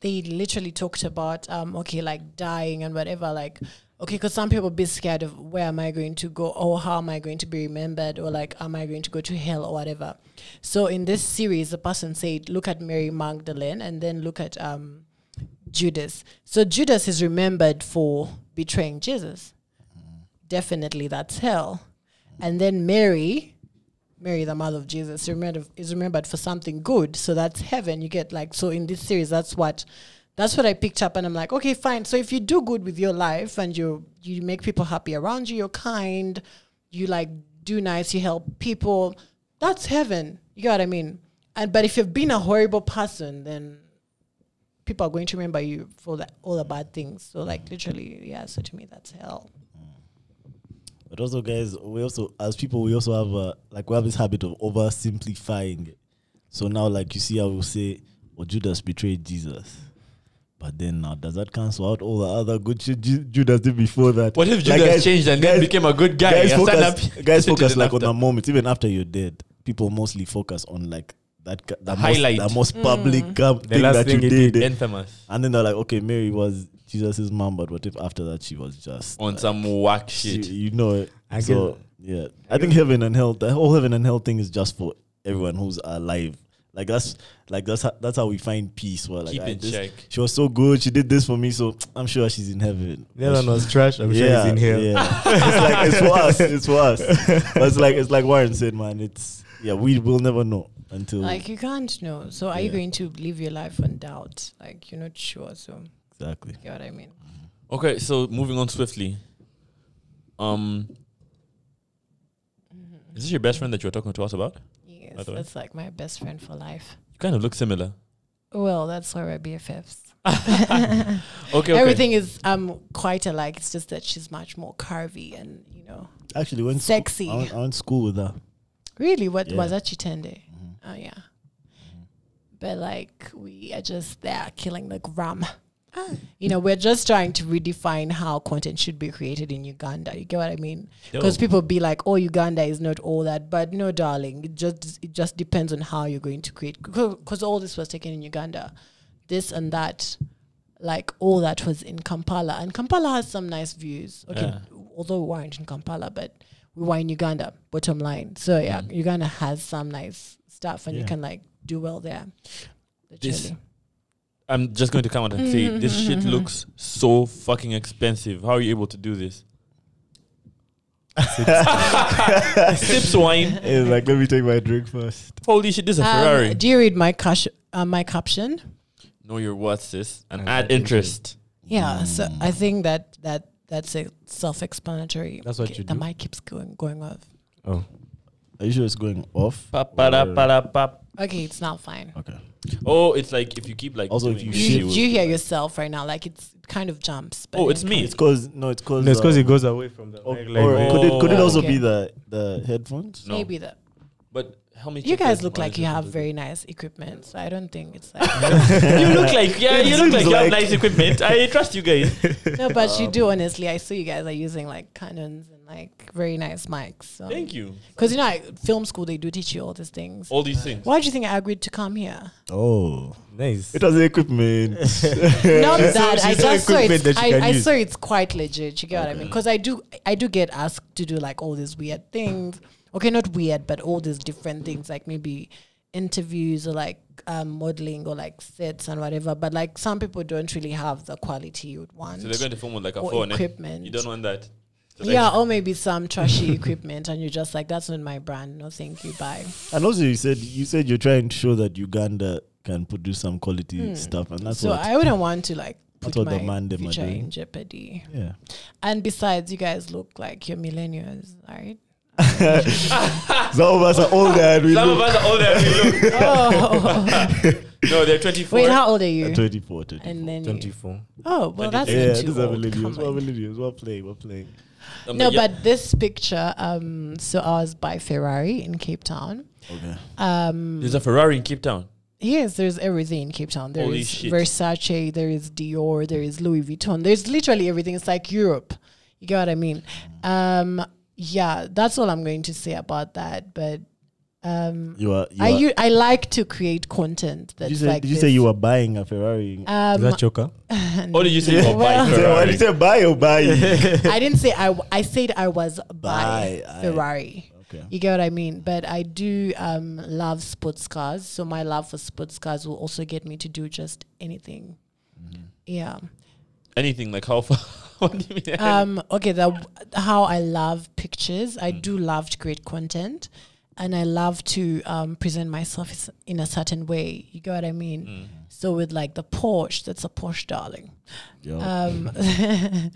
they literally talked about, um, okay, like dying and whatever. Like, okay, because some people be scared of where am I going to go or how am I going to be remembered or like, am I going to go to hell or whatever. So in this series, the person said, look at Mary Magdalene and then look at um, Judas. So Judas is remembered for betraying Jesus. Definitely that's hell. And then Mary, Mary, the mother of Jesus, remembered, is remembered for something good. So that's heaven. You get like so in this series. That's what that's what I picked up, and I'm like, okay, fine. So if you do good with your life and you you make people happy around you, you're kind, you like do nice, you help people. That's heaven. You get what I mean? And but if you've been a horrible person, then people are going to remember you for the, all the bad things. So like literally, yeah. So to me, that's hell.
But also, guys, we also as people we also have a, like we have this habit of oversimplifying. it. So now, like you see, I will say, "Oh, Judas betrayed Jesus," But then now, does that cancel out all the other good shit Ju- Judas did before that?
What if
Like,
Judas
guys-
changed and then
guys-
became a good guy?
guys
Yeah, stand
focus,
up.
guys
Sit it
focus
in
like
after.
on the moment, even after you're dead. People mostly focus on like that ca- the
Highlight.
most, the most
Mm.
public um, thing
last
that
thing
you
he
did.
did.
infamous
And then they're like, okay, Mary was Jesus' mom, but what if after that she was just
on some whack
you,
Oh, shit.
you know it.
I
so yeah, I, think heaven and hell, the whole heaven and hell thing is just for everyone who's alive. Like that's like that's how, that's how we find peace. Well, like
Keep
I-
in
this-
check.
She was so good. She did this for me, so I'm sure she's in heaven.
The other one was trash. I'm sure he's in here. <laughs>
Yeah. it's like it's for us. It's for us. But it's like it's like Warren said, man. It's yeah. We will never know until
Like you can't know. So are you
Yeah.
going to live your life on doubt? Like you're not sure. So
exactly.
you know what I mean.
Okay, so moving on swiftly. Um, is this your best friend that you were talking to us about?
Yes,
By the way.
that's like my best friend for life.
You kind of look similar.
Well, that's why we're <laughs> BFFs.
<laughs> Okay, okay.
Everything is um quite alike. It's just that she's much more curvy and you know
Actually, when
Sexy.
I went, I went to school with her.
really what
Yeah.
was that Chitende?
Mm-hmm.
Oh yeah. But like we are just there killing the gram.
Ah.
You know, we're just trying to redefine how content should be created in Uganda. You get what I mean? Because
Dope.
people be like, "Oh, Uganda is not all that," but no, darling, it just it just depends on how you're going to create. Because all this was taken in Uganda, this and that, like all that was in Kampala, and Kampala has some nice views. Okay,
Yeah.
although we weren't in Kampala, but we were in Uganda. Bottom line, so yeah,
Mm.
Uganda has some nice stuff, and you
Yeah.
can like do well there.
This-
Literally.
I'm just going to come out and say this shit
Mm-hmm.
looks so fucking expensive. How are you able to do
<laughs>
this? Sips wine.
It's like let me take my drink first.
Holy shit, this is a
Um,
Ferrari.
do you read my cash, uh, my caption?
know your worth, sis, and
And
add
add
interest.
Yeah, so
Mm.
I think that that that's a self-explanatory.
That's what
K-
you
the
do?
mic keeps going going off.
Oh,
Are you sure it's going off?
Pa-pa-da-pa-da-pa.
Okay, it's not fine.
Okay.
Oh, it's like if you keep like.
Also, if you
doing it,
shit-
You,
will-
you hear yourself right now, like it's it kind of jumps.
Oh,
it
it's me.
It's cause no, it's cause
no, it's because
uh,
it goes away from the.
Or,
mic
or
like
could it could it
Oh.
also
Okay.
be the the headphones?
No.
Maybe the
But help me.
you
check
guys
this.
look
Why
like
is
you
it
have
blue?
very nice equipment, so I don't think it's like
<laughs>
<laughs>
you look like yeah.
It
You look like
seems
you have
like-
nice equipment. I trust you
<laughs>
guys.
no, but you
Um,
do honestly. I see you guys are using like Canons and like very nice mics. So.
Thank you. Oh.
Because you know, at film school they do teach you all these things.
All these things.
Why do you think I agreed to come here?
Oh,
nice.
it has the equipment. <laughs>
<laughs>
not
She saw-
that
she
I
saw
just saw
equipment
it's,
that you
I,
can
I
use.
saw it's quite legit. You get what I mean? Because I do I do get asked to do like all these weird things. Okay, not weird, but all these different things like maybe interviews or like um, modeling or like sets and whatever. But like some people don't really have the quality you'd want.
So they're going to film with like a
Or
phone. eh?
equipment.
You don't want that. So like-
yeah, or maybe some trashy <laughs> equipment, and you're just like, that's not my brand. No, thank you. Bye.
and also, you said you said you're trying to show that Uganda can produce some quality stuff, and that's
Hmm. so
what.
I wouldn't want to like put
That's what the
my
man them are
future
doing.
in jeopardy.
yeah.
And besides, you guys look like you're millennials,
<laughs>
right?
Some of us are older and we
Some of
look
us are older. than we look.
Oh.
No, they're 24.
Wait, how old are
Uh,
you?
24, 24.
and then you,
24.
oh well, that's
yeah,
not
these
too
are
old.
millennials.
Come
We're
on.
millennials. We're playing. We're playing.
Um,
No,
yeah.
but this picture, um, so I was by Ferrari in Cape Town.
Okay.
Um,
There's a Ferrari in Cape Town.
yes, there's everything in Cape Town. There is
Holy shit.
Versace, there is Dior, there is Louis Vuitton. There's literally everything. It's like Europe. You get what I mean? Um, yeah, that's all I'm going to say about that. But um,
You are. You
I
are
u- I like to create content
did
that's
you say,
like
did you
this.
say you were buying a Ferrari?
Is
<laughs>
um,
that choker?
Or did you say you
Well-
buy
You said, why did
Ferrari?
you say buy or <laughs>
<laughs>
buy?
I didn't say I. w- I said I was
By,
by
aye.
Ferrari.
okay.
You get what I mean? But I do um, love sports cars, so my love for sports cars will also get me to do just anything. Yeah.
Anything like how far? <laughs> what do you mean?
Um, okay. The how I love pictures. I do love to create content, and I love to um, present myself is- in a certain way. You get what I mean? So with like the Porsche, that's a Porsche, darling.
Yo,
Um,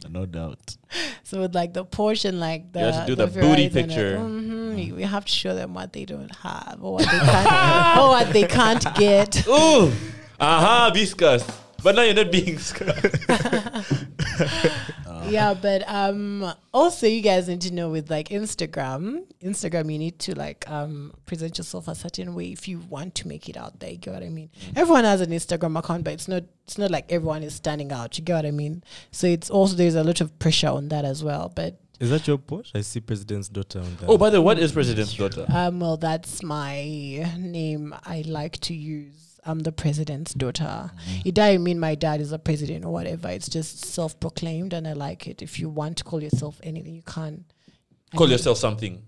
no doubt.
So with like the portion, like the
You have to do the booty
Verizon, like,
picture.
mhm, you- we have to show them what they don't have or
<laughs>
what they can't, or what they can't get.
Ooh, aha, be scussed. But now you're not being scussed.
yeah, but um, also you guys need to know with like Instagram, Instagram, you need to like um present yourself a certain way if you want to make it out there. You get what I mean?
Mm.
Everyone has an Instagram account, but it's not it's not like everyone is standing out. You get what I mean? So it's also there's a lot of pressure on that as well. But
Is that your Porsche? I see President's daughter on that.
Oh, by the way, what is President's daughter?
um, well, that's my name I like to use. I'm the president's daughter.
Mm-hmm.
It doesn't mean my dad is a president or whatever. It's just self proclaimed, and I like it. If you want to call yourself anything, you can. I
Call
think-
yourself something.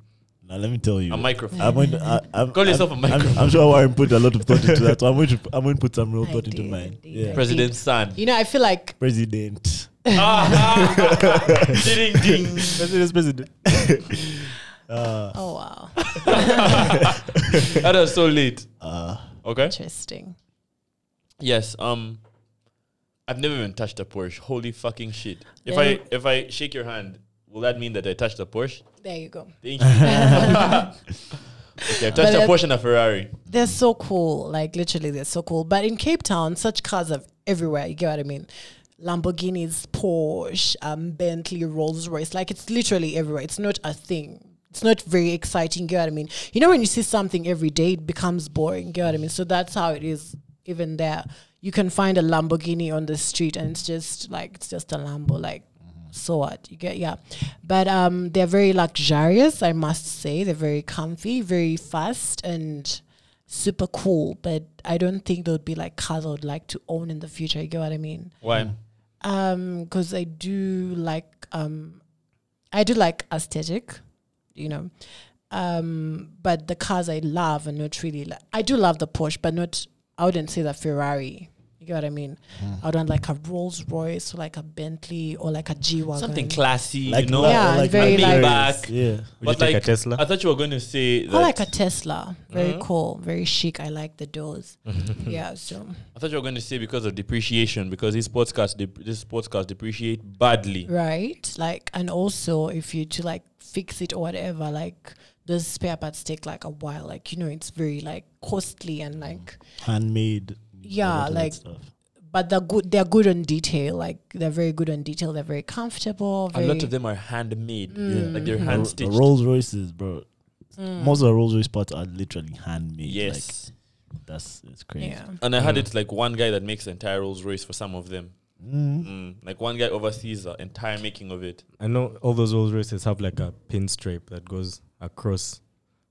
Now let me tell you.
A microphone.
I'm going to, I, I'm,
Call
I'm,
yourself a
I'm, I'm
microphone.
sure Warren put a lot of thought into that. So I'm going to, I'm going to put some real
I
thought into
did,
mine.
Uh,
indeed, I
Yeah.
did.
President's son. <laughs>
You know, I feel like
President.
Ah, ah. ding <laughs> ding.
President's president.
Uh,
Oh wow,
That was so late.
uh,
Okay.
interesting.
Yes. Um, I've never even touched a Porsche. Holy fucking shit! If
Yeah.
I if I shake your hand, will that mean that I touched a Porsche?
There you go.
Thank
<laughs>
you. okay, I've touched a
that-
Porsche and a Ferrari.
They're so cool. Like literally, they're so cool. But in Cape Town, such cars are everywhere. You get what I mean? Lamborghinis, Porsche, um, Bentley, Rolls Royce. Like it's literally everywhere. It's not a thing. It's not very exciting. You get what I mean? You know, when you see something every day, it becomes boring. You get what I mean? So that's how it is. Even there, you can find a Lamborghini on the street, and it's just like it's just a Lambo. Like so what you get yeah but um they're very luxurious i must say they're very comfy very fast and super cool but i don't think they would be like cars i would like to own in the future you get what i mean
Why?
um because i do like um i do like aesthetic you know um but the cars i love are not really like i do love the porsche but not i wouldn't say the ferrari you get what i mean i don't like a rolls royce or like a bentley or like a g-wagon
Something classy,
like
you know.
la-
Yeah,
like
very
luxurious.
like-
Yeah.
Would you take a
I
Tesla?
thought you were going to say that.
or like a tesla very
Mhm.
cool very chic i like
<laughs>
the doors yeah so
I thought you were going to say because of depreciation, because these sports cars, dep- these sports cars depreciate badly.
right like and also if you to like fix it or whatever like those spare parts take like a while like you know it's very like costly and like
Handmade.
Yeah,
all that
like-
stuff.
but they're good they're good on detail like they're very good on detail they're very comfortable
A
very
lot of them are handmade,
Mm.
like they're
The-
hand
the
stitched.
Rolls Royces, bro. Most of the Rolls Royce parts are literally handmade.
Yes.
Like, that's it's crazy.
yeah
And I had it like one guy that makes the entire Rolls Royce for some of them.
Mm.
Mm. Like one guy oversees the entire making of it.
I know all those Rolls Royces have like a pinstripe that goes across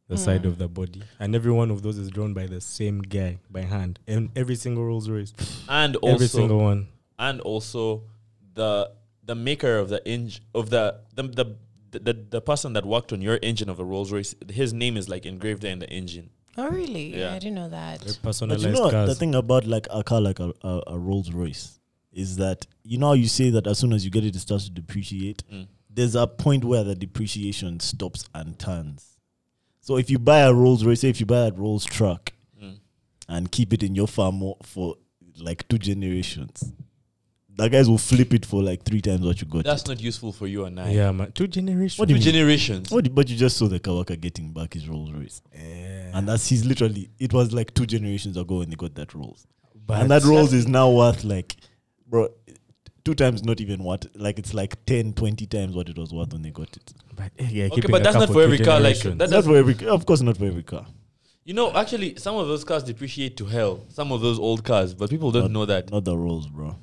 Hmm.
the side of the body, and every one of those is drawn by the same guy by hand, and every single Rolls Royce,
And
every
also,
single one.
and also, the the maker of the engine of the the, the the the the person that worked on your engine of the Rolls Royce, his name is like engraved there in the engine.
oh really
Yeah.
i didn't know that
They're
But
personalized
you know
cars.
the thing about like a car like a, a, a Rolls Royce is that you know how you say that as soon as you get it, it starts to depreciate.
Mm.
There's a point where the depreciation stops and turns. So if you buy a Rolls Royce, say if you buy that Rolls truck
Mm.
and keep it in your farm o- for like two generations, the guys will flip it for like three times what you got.
That's not useful for you and I.
yeah, man. Two generations.
What do
Two
you mean?
generations.
What, but you just saw the Kawaka getting back his Rolls Royce, and that's he's literally. It was like two generations ago when they got that Rolls.
But
and that rolls is now worth like bro two times not even what like it's like 10 20 times what it was worth when they got it
But, eh, yeah,
Okay,
keeping
but
a
that's
car
not for
two
every car. Like
generations.
not
that, that's
for every of course not for every car
you know. Actually, some of those cars depreciate to hell. Some of those old cars, but people don't know that.
not the rolls bro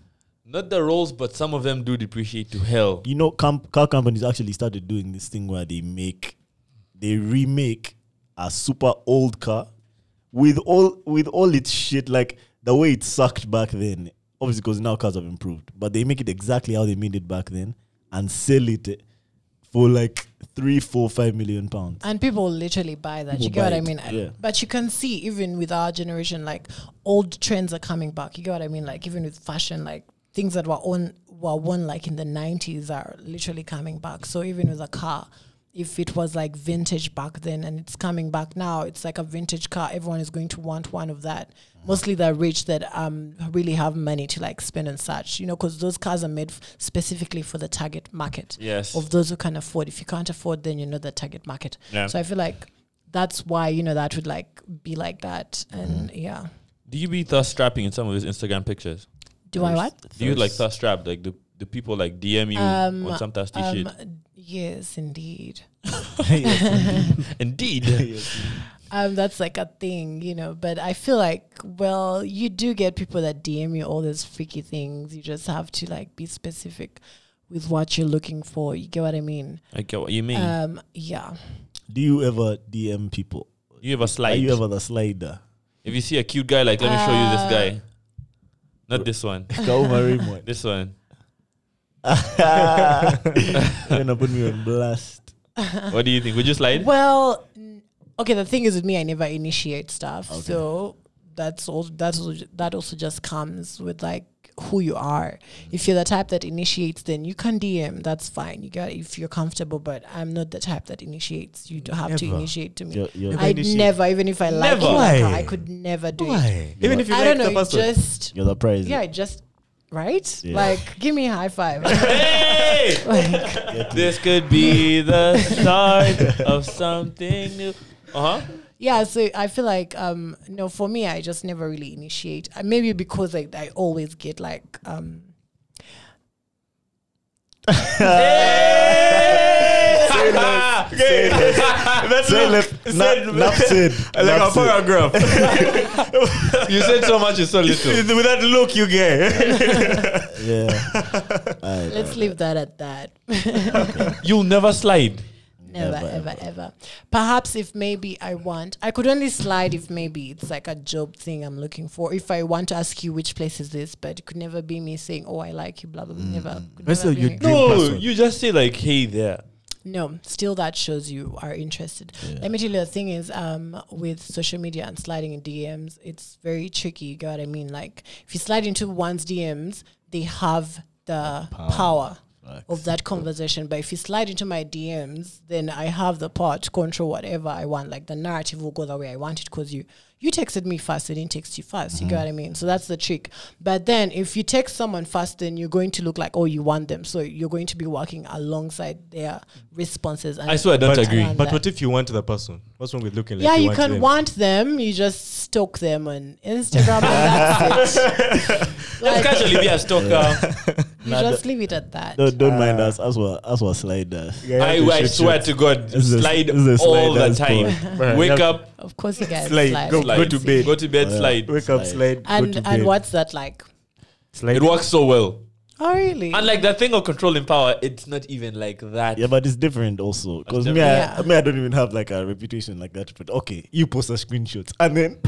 Not the Rolls, but some of them do depreciate to hell.
you know com- car companies actually started doing this thing where they make they remake a super old car with all with all its shit like the way it sucked back then obviously because now cars have improved but they make it exactly how they made it back then and sell it for like three four five million pounds
and people literally buy that you
People
get what
buy
i
it,
mean I-
yeah.
but you can see even with our generation like old trends are coming back you get what i mean like even with fashion like things that were on were worn like in the 90s are literally coming back so even with a car if it was like vintage back then and it's coming back now it's like a vintage car everyone is going to want one of that
Uh-huh.
mostly the rich that um really have money to like spend on such you know because those cars are made f- specifically for the target market
Yes.
of those who can afford. If you can't afford, then you're not the target market.
Yeah.
So I feel like that's why you know that would like be like that,
Mm-hmm.
and yeah.
Do you be thirst strapping in some of his Instagram pictures?
Do I what?
Do you like thirst strap? Like, do, the people like DM you
Um,
on some thirsty
<laughs>
<laughs> shit?
Um, yes, indeed.
Indeed.
Um, that's like a thing, you know. But I feel like, well, you do get people that DM you all those freaky things. You just have to like be specific with what you're looking for. You get what I mean?
I get what you mean.
Um, yeah.
<laughs> Do you ever DM people?
you ever
Are
slide?
you ever the slider?
if you see a cute guy, like let me show you this
Uh,
guy. Not this one.
Go marry <laughs>
<laughs>
one.
This one.
You're gonna put me on blast.
What do you think? Would you slide?
Well, n- okay. The thing is with me, I never initiate stuff,
Okay.
so that's all. That's all, that also just comes with like who you are.
Mm-hmm.
If you're the type that initiates, then you can DM. That's fine. You got if you're comfortable. But I'm not the type that initiates. You don't have to
Never.
initiate to me.
You're, you're,
I
initiate.
never, even if I like
Never.
you, like, I
Why?
could never do it.
Why?
Even
Even
if
if
you
you
I
like
don't
the
know. It
person.
just
you're the prize.
yeah, it just right.
Yeah.
Like, give me a high
<laughs>
five.
<laughs>
Hey!
like,
This could be the start of something new. Uh huh.
Yeah, so I feel like um no, for me, I just never really initiate. Uh, maybe because I, I always get like um
<laughs> That's
Say
Luke.
left.
Say
na-
Luke.
nap said.
Like
nap
a
said.
paragraph. <laughs> you said so much, it's <laughs> so little.
With that look you get.
Yeah.
let's leave that at that. <laughs>
You'll never slide.
never,
Never,
ever, ever, Perhaps if maybe I want I could only slide if maybe it's like a job thing I'm looking for. If I want to ask you which place is this, but it could never be me saying, Oh, I like you, blah blah blah. Never could
That's
never
how
be
you
me.
do. Dream
No,
password.
you just say like, "Hey there."
No, still that shows you are interested. Let me tell you the thing is, um, with social media and sliding in DMs, it's very tricky. You get what I mean? Like if you slide into one's DMs, they have the power, of that conversation. But if you slide into my DMs, then I have the power to control whatever I want. Like the narrative will go the way I want it because you you texted me first, I didn't text you 1st You get what I mean? So that's the trick. But then if you text someone first, then you're going to look like oh you want them. So you're going to be working alongside their responses. And
I swear, I don't
But-
agree.
Around
But
that.
what if you want the person? What's wrong with looking like
yeah,
you
you
want
can
them?
want them. You just stalk them on Instagram, and that's it.
Let's
<laughs>
Like,
casually be a stalker.
you just leave it at that.
Don't, don't mind
Ah.
us. Us were us were sliders.
Yeah,
I,
you
I
should
swear
shoot.
to God,
This is-
slide
this is
all the
sliders,
time.
bro.
Wake
Yeah.
up,
Of course, you guys
Slide,
slide.
go-
slide.
to bed.
Go to bed,
Yeah.
slide.
Wake up,
Slide.
slide,
And
go to
and
bed.
what's that like?
Slide.
It works so well.
Oh, really?
And like that thing of controlling power, it's not even like that.
Yeah, but it's different also because me,
different.
I,
Yeah.
me, I don't even have like a reputation like that. But okay, you post a screenshot and
<laughs>
then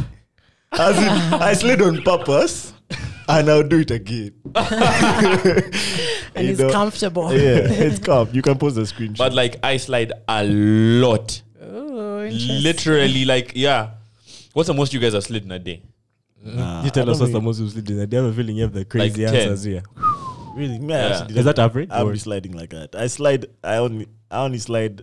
as if I slid on purpose, and I'll do it
<laughs>
again.
and
You
it's
know, eh,
comfortable.
Yeah, it's calm. You can post a screenshot.
But like I slide a lot.
Ooh, Oh, interesting.
Literally, like, yeah. What's the most you guys have slid in a day?
Nah,
you tell
I
us
don't
what's the most you sleep dinner. Do you have a feeling you have the crazy
10.
answers here?
really. Me, I
Yeah.
actually
Is that average?
I'll
or-
be sliding like that. I slide. I only. I only slide.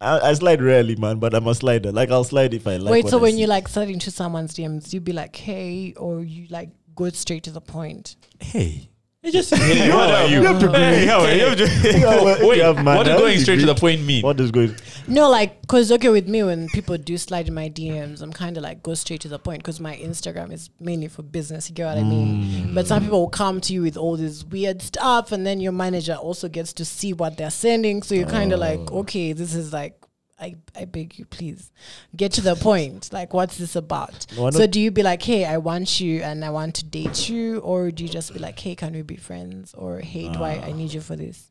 I, I slide rarely, man. But I'm a slider. Like I'll slide if I like.
Wait,
what
so
I
when
see.
you like slide into someone's DMs, you be like, hey, or you like go straight to the point.
Hey.
It just hey, what
um,
are you?
have to
Hey,
agree.
how are you?
Wait,
Wait,
you have
what does
manners,
going
you
straight to
agree.
the point mean?
What is going?
No, like, because, okay, with me, when people do slide in my DMs, I'm kind of like go straight to the point because my Instagram is mainly for business. You get what I mean? But some people will come to you with all this weird stuff, and then your manager also gets to see what they're sending. So you're kind of like, okay, this is like, I, I beg you, please get to the point. Like, what's this about?
No, I
so,
don't-
do you be like, hey, I want you and I want to date you? Or do you just be like, hey, can we be friends? Or hey, do I, I need you for this?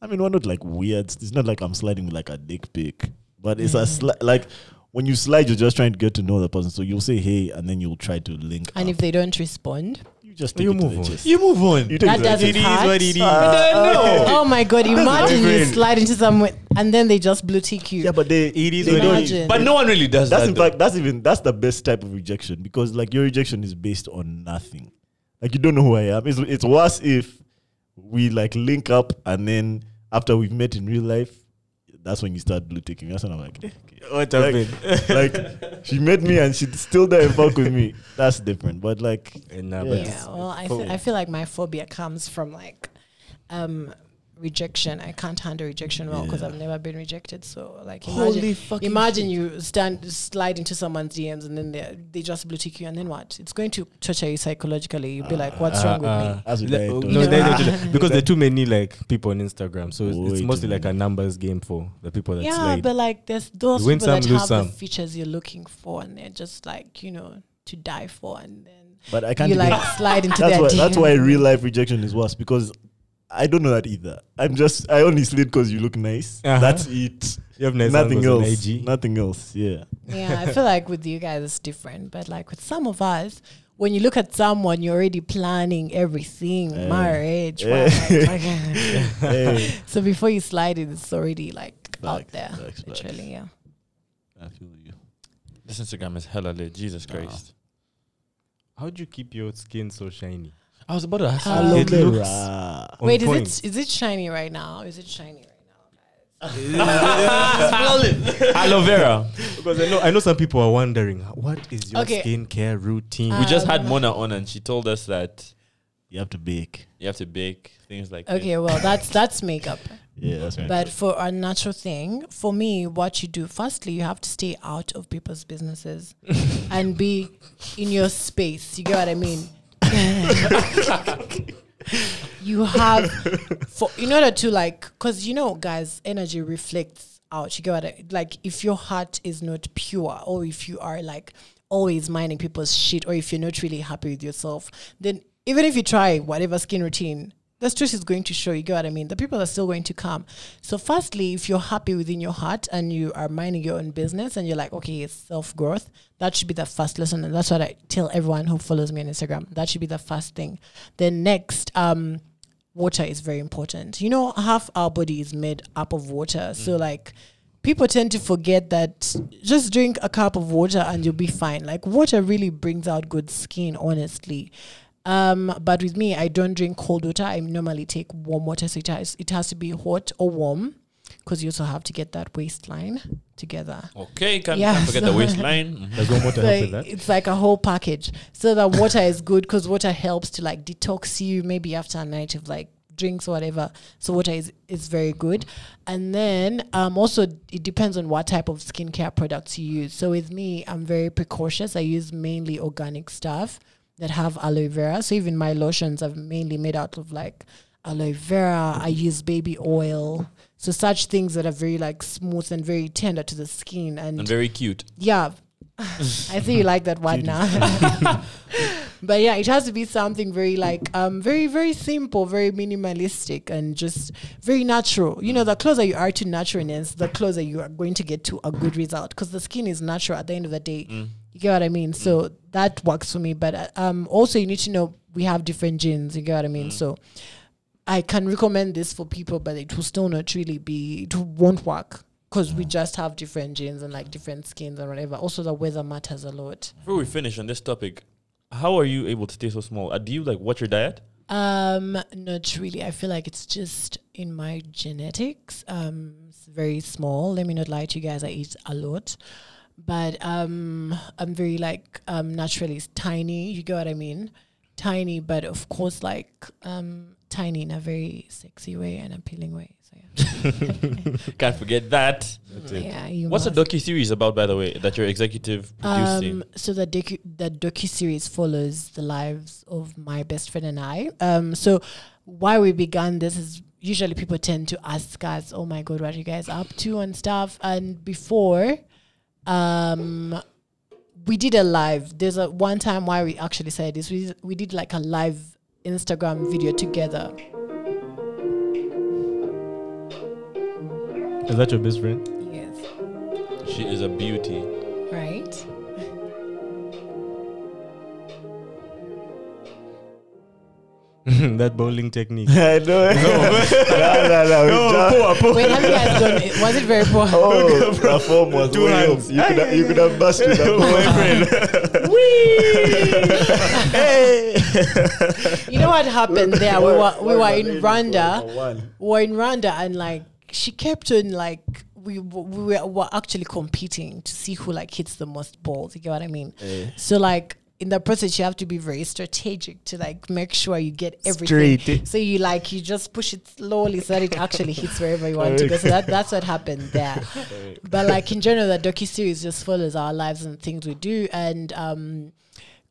I mean, we're not like weird. It's not like I'm sliding with like a dick pic, but it's a sli- like when you slide, you're just trying to get to know the person. So you'll say hey, and then you'll try to link.
And if
up.
they don't respond,
you just take
You
it to
move
the
on.
chest.
You move on.
You take
that
it to the
doesn't
chest.
hurt.
no.
Oh my god! Imagine you
different.
slide into someone and then they just blue tick you.
Yeah, but they it
is
they
what it
don't-
is. Imagine.
But no one really does
That's
that.
in
though.
fact that's even that's the best type of rejection because like your rejection is based on nothing. Like you don't know who I am. It's it's worse if we like link up and then after we've met in real life, that's when you start blue ticking. That's when I'm like, eh, okay.
<laughs> What
Like-
happened?
<laughs> like she met me and she still there and fuck with me. That's different. But like
Eh, nah,
Yeah.
but
Yeah,
it's-
well, I, fe- I feel like my phobia comes from like um, rejection. I can't handle rejection well because
Yeah.
I've never been rejected. So like,
Holy
imagine,
fucking
imagine you stand slide into someone's DMs and then they they just blue tick you and then what? It's going to torture you psychologically. You'll be
Uh,
like, what's wrong with me?
That's what
Le-
they
oh,
do.
no,
Yeah.
they don't do that. because there are <laughs> too many like people on Instagram, so it's, it's
Wait a
mostly like a
minute.
numbers game for the people that
yeah,
slide.
but like there's those
You win
people that
some, lose
have the
some.
features you're looking for, and they're just like you know to die for, and then
But I can't.
you
even-
like
<laughs>
slide <laughs> into
that's
their
why.
DM.
That's why real life rejection is worse because I don't know that either. I'm just. I only slid because you look nice.
Uh-huh.
That's it.
you have nice
Nothing
numbers on
else.
IG.
Nothing else. <laughs> Yeah.
yeah, I feel like with you guys it's different, but like with some of us, when you look at someone, you're already planning everything,
Eh.
marriage.
Eh.
what, like, okay.
hey,
so before you slide it, it's already like out
Facts,
there,
facts, facts.
literally. Yeah.
I feel you.
This Instagram is hella lit. Jesus
Nah.
Christ.
How do you keep your skin so shiny?
I was about to ask.
Uh,
you.
Hello
it
Hello,
looks
Ra.
on
Wait,
point.
is it is it shiny right now? Is it shiny right
<laughs>
now?
Aloe vera.
Because I know, I know some people are wondering, what is your
Okay.
skincare routine?
we just
Um,
had Mona on and she told us that
You have to bake.
you have to bake things like
Okay, well that's that's makeup.
Yeah, that's right.
But for a natural thing, for me, what you do, firstly, you have to stay out of people's businesses and be in your space. You get what I mean? you have, for in order to like, because you know, guys, energy reflects out. You get what I like? If your heart is not pure, or if you are like always minding people's shit, or if you're not really happy with yourself, then even if you try whatever skin routine, the stress is going to show. You get what I mean? The people are still going to come. So, firstly, if you're happy within your heart and you are minding your own business and you're like, okay, it's self growth, that should be the first lesson. And that's what I tell everyone who follows me on Instagram. That should be the first thing. Then, next, um, water is very important. You know, half our body is made up of water. So, like, people tend to forget that just drink a cup of water and you'll be fine. Like, water really brings out good skin, honestly. Um, but with me, I don't drink cold water. I normally take warm water. So, it has, it has to be hot or warm because you also have to get that waistline together.
Okay, can't,
Yeah,
can't forget the
so- <laughs>
waistline. Mhm.
Does warm water
So
help with that?
it's like a whole package. So that water is good because water helps to like detox you maybe after a night of like drinks or whatever. So water is, is very good. And then um, also it depends on what type of skincare products you use. So with me, I'm very precautious. I use mainly organic stuff that have aloe vera. So even my lotions are mainly made out of like aloe vera. I use baby oil. So such things that are very like smooth and very tender to the skin
And very cute.
yeah. I see you like that one now. <laughs> but yeah, it has to be something very like um very, very simple, very minimalistic and just very natural. You know, the closer you are to naturalness, the closer you are going to get to a good result. Because the skin is natural at the end of the day. You get what I mean? So that works for me. But uh, um also you need to know we have different genes, you get what I mean? So I can recommend this for people, but it will still not really be, it won't work because we just have different genes and like different skins and whatever. Also, the weather matters a lot.
Before we finish on this topic, how are you able to stay so small? Uh, do you like watch your diet? <laughs>
Um, not really. I feel like it's just in my genetics. Um, it's very small. Let me not lie to you guys. I eat a lot, but um, I'm very like um naturally s- tiny. You get what I mean? Tiny, but of course, like um, tiny in a very sexy way and appealing way. So yeah,
Can't forget that.
yeah. You
What's a
must.
docu series about, by the way, that you're executive producing?
Um, so the docu the docu series follows the lives of my best friend and I. Um, so why we began this is usually people tend to ask us, "Oh my God, what are you guys up to and stuff?" And before, um, we did a live. There's a one time why we actually said this. We we did like a live Instagram video together.
Is that your best friend? <laughs>
Yes. Um,
she is a beauty.
Right.
that bowling <laughs>
<laughs>
technique.
I know. <laughs> no, no, <laughs> no. we just-
Wait, have you guys done it? Was it very poor?
Oh, the form was
Two
way
hands.
up. You could, have, you could have busted <laughs> that form.
You know what happened there? We were we were in Rwanda.
One.
we were in Rwanda and like she kept on like we we were, were actually competing to see who like hits the most balls. You get what I mean? So like in the process you have to be very strategic to like make sure you get everything.
Straight.
So you like you just push it slowly so that it actually hits wherever you want to go. So that, that's what happened there. But like in general, the docu series just follows our lives and things we do and. um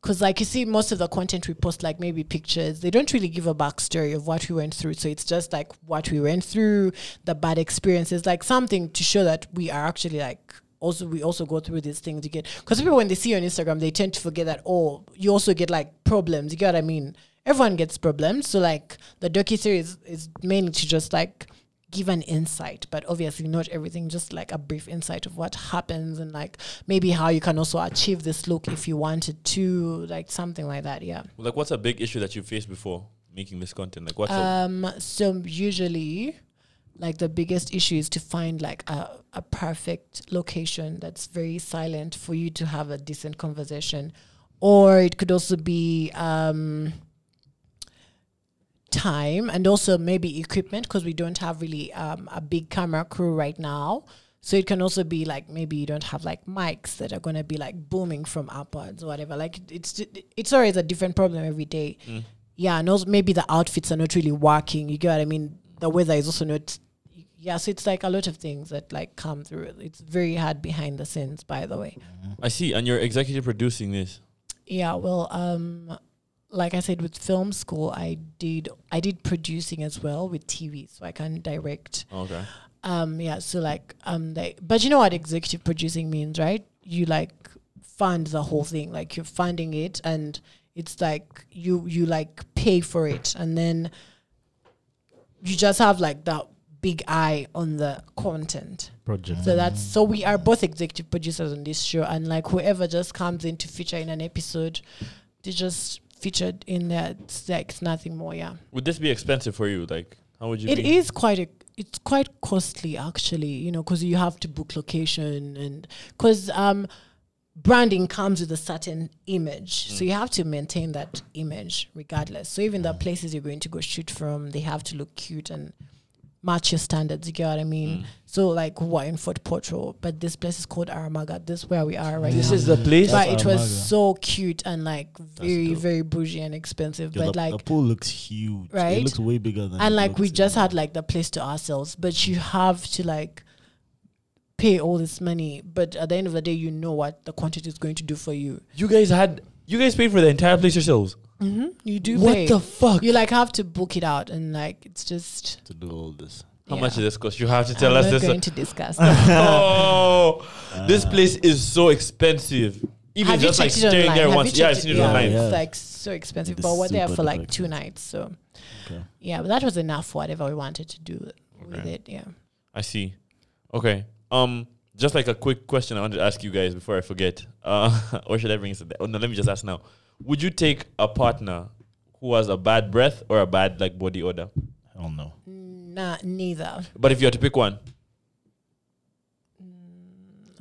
because like you see most of the content we post like maybe pictures they don't really give a backstory of what we went through so it's just like what we went through the bad experiences like something to show that we are actually like also we also go through these things again because people when they see you on instagram they tend to forget that oh you also get like problems you get what i mean everyone gets problems so like the docu series is mainly to just like give an insight, but obviously not everything, just like a brief insight of what happens and like maybe how you can also achieve this look if you wanted to, like something like that. Yeah.
Like, what's a big issue that you faced before making this content? Like, what's a,
Um, so usually like the biggest issue is to find like a, a perfect location that's very silent for you to have a decent conversation. Or it could also be um time and also maybe equipment because we don't have really um, a big camera crew right now. So it can also be like maybe you don't have like mics that are going to be like booming from upwards or whatever. Like it- it's it's always a different problem every day. Yeah, and also maybe the outfits are not really working. You get what I mean? The weather is also not. Yeah, so it's like a lot of things that like come through. It's very hard behind the scenes, by the way.
I see, and you're executive producing this.
Yeah, well, um, like I said, with film school, I did I did producing as well with TV, so I can direct.
Oh, Okay.
Um, yeah, so like um, they, but you know what executive producing means, right? You like fund the whole thing, like you're funding it, and it's like you you like pay for it, and then you just have like that big eye on the content.
Project.
So that's so we are both executive producers on this show, and like whoever just comes in to feature in an episode, they just featured in there. It's like it's nothing more. Yeah,
Would this be expensive for you? Like, how would you?
it
be?
is quite a. It's quite costly actually, you know, because you have to book location and because um, branding comes with a certain image,
Mm.
so you have to maintain that image regardless. So even the places you're going to go shoot from, they have to look cute and match your standards. You get what I mean?
Mm.
So like we're in Fort Portal, but this place is called Aramaga. This is where we are right
This
now.
is the place.
but it was
Aramaga.
so cute and like very
dope.
very bougie and expensive.
Yo,
but
the,
like
the pool looks huge.
Right?
It looks way bigger than.
and
it
like we
looks
just
in-
had like the place to ourselves but you have to like pay all this money but at the end of the day you know what the quantity is going to do for you
You guys had. You guys paid for the entire place yourselves.
you do
what
pay
the fuck?
you like have to book it out and like it's just
to do all this.
how
yeah.
much is this cost? You have to tell
I'm
us
not
this. uh, <laughs>
going to discuss that.
oh, this place is so expensive. Even
have you
just
checked
like
it online?
staying there
Have
once.
you
Yeah, I
checked
seen
it?
it
Yeah,
online.
Yeah.
it's like so expensive
It's
but we're there
super
for like
duper
two nights so
Okay.
yeah but that was enough for whatever we wanted to do with
Okay.
it yeah
I see. Okay. Um, just like a quick question I wanted to ask you guys before I forget. Uh, <laughs> or should I bring it to that? Oh, no, let me just ask now. Would you take a partner who has a bad breath or a bad like body odor?
Hell no.
nah neither
But if you had to pick one,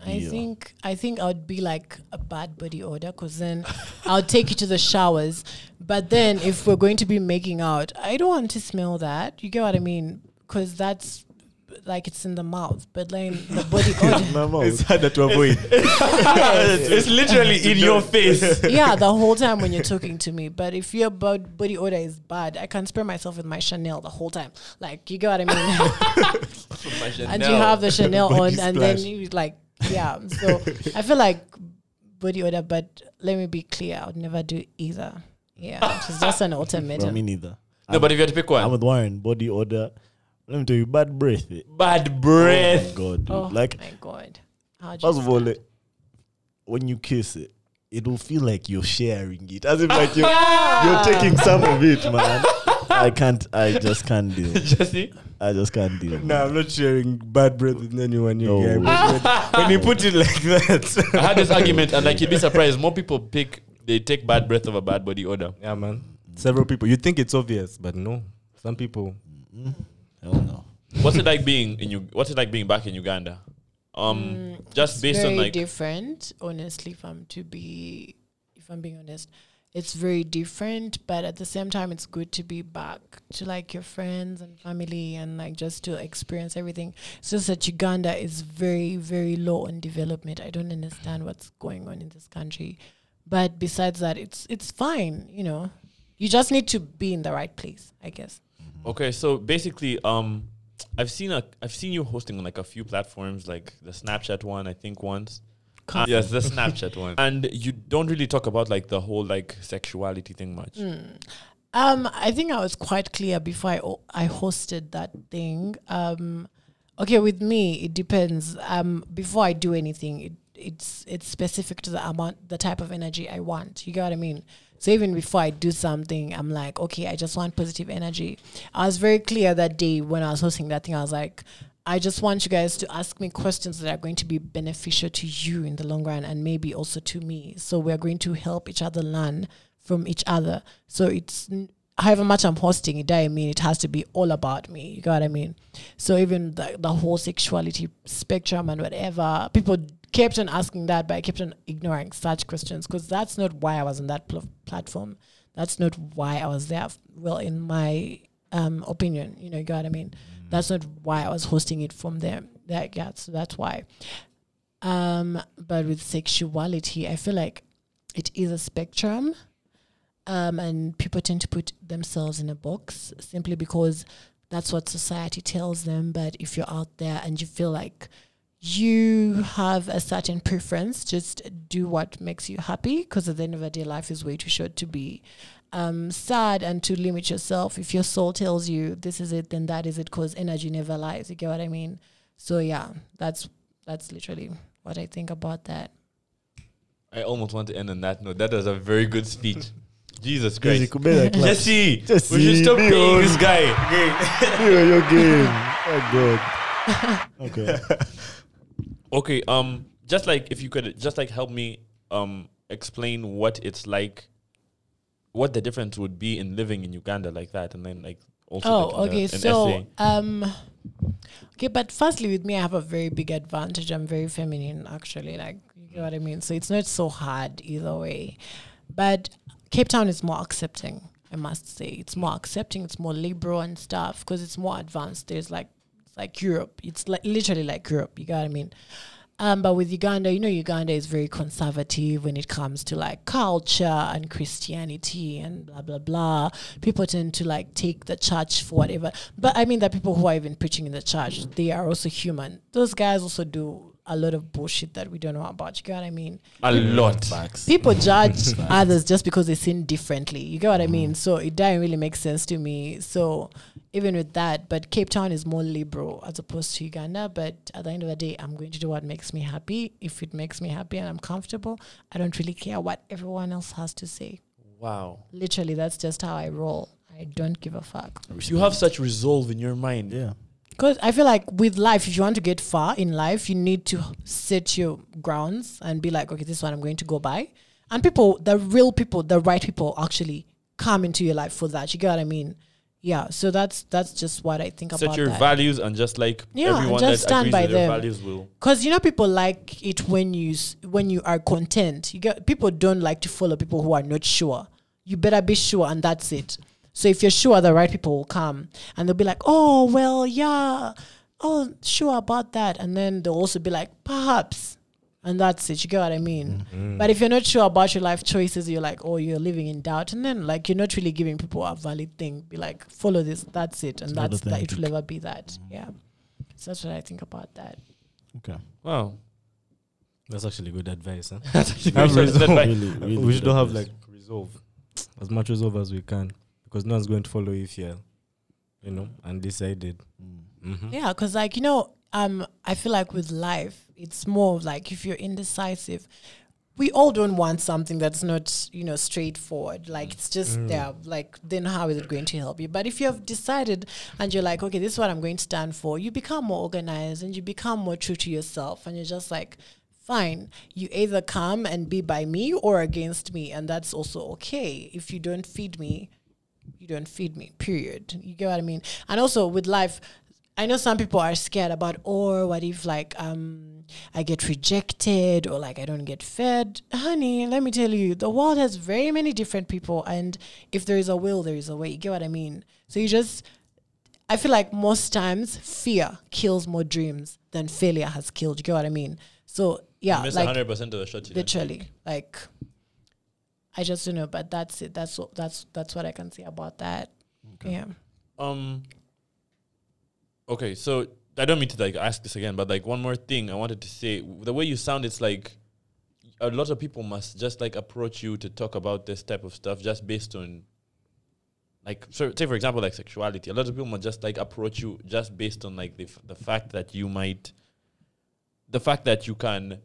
I
Yeah.
think I think I would be like a bad body odor because then I'll take you to the showers. But then if we're going to be making out, I don't want to smell that. You get what I mean? Because that's like it's in the mouth. But then the body odor,
It's
<laughs>
harder to avoid.
it's literally in your face.
yeah, the whole time when you're talking to me. But if your bod- body odor is bad, I can spray myself with my Chanel the whole time. Like you get what I mean? and you have the Chanel
<laughs>
on,
Body
and then
splash.
you like, yeah. So I feel like body odor, but let me be clear, I would never do either. Yeah, it's
<laughs>
just an
Bro, me
ultimatum.
neither.
no, but if you had to pick one,
I'm with Warren. Body odor. Let me tell you, bad breath. eh.
bad
Oh my
breath. <laughs>
God, dude.
Oh
like
my god! How
First of all, eh, when you kiss it, it will feel like you're sharing it, as if like
<laughs>
you're, you're taking some of it, man. I can't. I just can't deal.
Jesse,
I just can't deal.
No, I'm not sharing bad breath with anyone. You
No.
Ah.
guy. when you put it like that.
I had this argument, and like you'd be surprised, more people pick they take bad breath of a bad body odor.
<laughs> yeah, man. Several people. You think it's obvious, but no. Some people.
Hell no.
What's it like being in you? What's it like being back in Uganda? Um, just based
Mm, very
on like
different. Honestly, if I'm to be, if I'm being honest, it's very different. But at the same time, it's good to be back to like your friends and family and like just to experience everything. It's just that Uganda is very, very low on development. I don't understand what's going on in this country. But besides that, it's it's fine. You know, you just need to be in the right place, I guess.
Okay, so basically, um, I've seen a I've seen you hosting on like a few platforms, like the Snapchat one, I think once. Uh, yes, the Snapchat one, and you don't really talk about like the whole like sexuality thing much.
Mm. Um, I think I was quite clear before I o- I hosted that thing. Um, okay, with me it depends. Um, before I do anything, it, it's it's specific to the amount, the type of energy I want. You get what I mean? So even before I do something, I'm like, okay, I just want positive energy. I was very clear that day when I was hosting that thing. I was like, I just want you guys to ask me questions that are going to be beneficial to you in the long run and maybe also to me. So we're going to help each other learn from each other. So it's n- however much I'm hosting it, I mean it has to be all about me. You got what I mean? So even the, the whole sexuality spectrum and whatever, people kept on asking that, but I kept on ignoring such questions because that's not why I was on that pl- platform. That's not why I was there. Well, in my um, opinion, you know, you got what I mean? That's not why I was hosting it from there. That yeah, so that's why. Um, but with sexuality, I feel like it is a spectrum um, and people tend to put themselves in a box simply because that's what society tells them. But if you're out there and you feel like you have a certain preference, just do what makes you happy because at the end of the day, life is way too short to be um, sad and to limit yourself. If your soul tells you this is it, then that is it because energy never lies. You get what I mean? So, yeah, that's that's literally what I think about that.
I almost want to end on that note. That was a very good speech. Jesus
Guys, you
Christ,
could better clap.
Jesse,
Jesse,
we should stop
be
paying
on.
this guy.
You and your game. Oh God. Okay.
Okay, um, just like if you could just like help me um explain what it's like, what the difference would be in living in Uganda like that, and then like also
Oh,
like,
okay.
an
So,
essay.
um, okay, but firstly, with me, I have a very big advantage. I'm very feminine, actually. Like, you know what I mean? So it's not so hard either way. But Cape Town is more accepting, I must say. It's more accepting, it's more liberal and stuff because it's more advanced. There's like, it's like Europe. It's like literally like Europe. You know what I mean? Um, but with Uganda, you know, Uganda is very conservative when it comes to like culture and Christianity and blah blah blah. People tend to like take the church for whatever. But I mean, the people who are even preaching in the church, they are also human. Those guys also do a lot of bullshit that we don't know about. You get what I mean?
a lot.
people judge others just because they sin differently. You get what I mean? So it doesn't really make sense to me. So even with that, but Cape Town is more liberal as opposed to Uganda. But at the end of the day, I'm going to do what makes me happy. If it makes me happy and I'm comfortable, I don't really care what everyone else has to say.
Wow,
Literally, that's just how I roll. I don't give a fuck.
you have such resolve in your mind.
Yeah.
Because I feel like with life, if you want to get far in life, you need to set your grounds and be like, okay, this is what I'm going to go by. And people, the real people, the right people, actually come into your life for that. You get what I mean? Yeah. So that's that's just what I think
Set
about
your
that.
values and just like
Yeah, and
everyone
just
that
stand
agrees
by
with your
them.
values will.
Because you know people like it when you s- when you are content. You get people don't like to follow people who are not sure. You better be sure, and that's it. So if you're sure, the right people will come, and they'll be like, "Oh well, yeah, oh sure about that," and then they'll also be like, "Perhaps." And that's it. You get what I mean? But if you're not sure about your life choices, you're like, oh, you're living in doubt. And then, like, you're not really giving people a valid thing. Be like, follow this. That's it. And
It's not
that's that. It will
authentic.
never be that. Yeah. So that's what I think about that.
Okay.
Wow, <laughs>
That's actually good advice. Huh?
that's actually
Have
very solid
resolve.
advice.
Really, really
we should
good
all have
advice.
like resolve as much resolve as we can because no one's going to follow you if you're, you know, undecided.
Mm.
Mm-hmm.
Yeah, because like you know, um, I feel like with life, it's more of like if you're indecisive, we all don't want something that's not you know straightforward. Like it's just there. Like then how is it going to help you? But if you have decided and you're like, okay, this is what I'm going to stand for, you become more organized and you become more true to yourself, and you're just like. Fine, you either come and be by me or against me, and that's also okay. If you don't feed me, you don't feed me period you get what i mean and also with life i know some people are scared about or what if like um i get rejected or like i don't get fed honey let me tell you the world has very many different people and if there is a will there is a way you get what i mean so you just I feel like most times fear kills more dreams than failure has killed. You get what I mean? So yeah,
Miss
like
hundred percent of the shot today.
literally like I just don't know, but that's it. That's what that's that's what I can say about that.
Okay.
Yeah.
Um. Okay, so I don't mean to like ask this again, but like one more thing I wanted to say. W- The way you sound, it's like a lot of people must just like approach you to talk about this type of stuff just based on. Like so, say for example, like sexuality. A lot of people must just like approach you just based on like the f- the fact that you might, the fact that you can.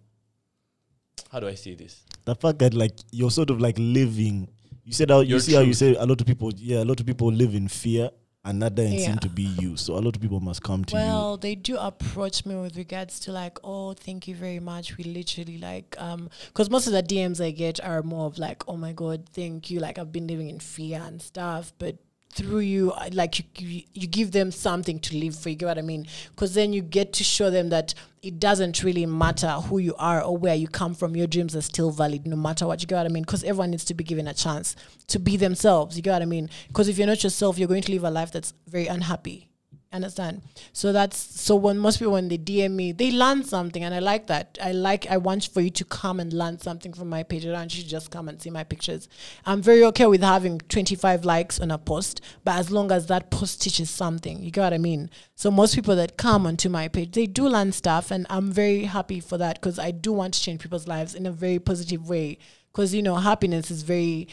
How do I say this?
the fact that like you're sort of like living you said how you
Your
see how you
truth.
say a lot of people yeah a lot of people live in fear and that doesn't
Yeah.
seem to be you so a lot of people must come to you
Well, they do approach me with regards to like, oh, thank you very much. We literally like, um, because most of the DMs I get are more of like, oh my god, thank you. Like I've been living in fear and stuff, but through you, I- like you, you, you give them something to live for. You get what I mean? Because then you get to show them that it doesn't really matter who you are or where you come from. Your dreams are still valid, no matter what. You get what I mean? Because everyone needs to be given a chance to be themselves. You get what I mean? Because if you're not yourself, you're going to live a life that's very unhappy. Understand? So that's so when most people when they DM me, they learn something, and I like that. I like I want for you to come and learn something from my page. I don't want you to just come and see my pictures. I'm very okay with having 25 likes on a post, but as long as that post teaches something, you get what I mean. So most people that come onto my page, they do learn stuff, and I'm very happy for that because I do want to change people's lives in a very positive way. Because you know, happiness is very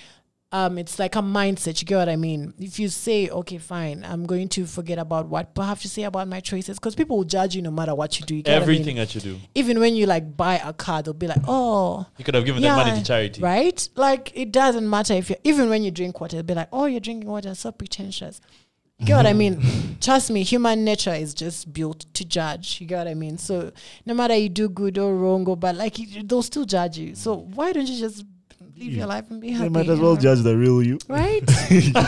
um, it's like a mindset. You get what I mean? If you say, okay, fine, I'm going to forget about what I have to say about my choices, because people will judge you no matter what you do. You get what I mean?
Everything that you do,
Even when you like buy a car, they'll be like, oh,
you could have given that money to charity.
Right? Like it doesn't matter if you even when you drink water, it'll be like, Oh, you're drinking water, so pretentious. You get
<laughs>
what I mean? Trust me, human nature is just built to judge. You get what I mean? So no matter you do good or wrong or bad, like you- they'll still judge you. So why don't you just live your life and be happy?
they might as well judge the real you <laughs>
Right?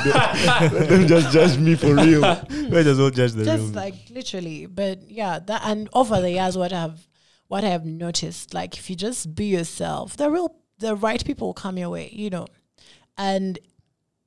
let them just judge me for <laughs> real
Might as well judge the real
just
me.
like literally but yeah that and over the years what i've what i have noticed like if you just be yourself the real the right people will come your way you know and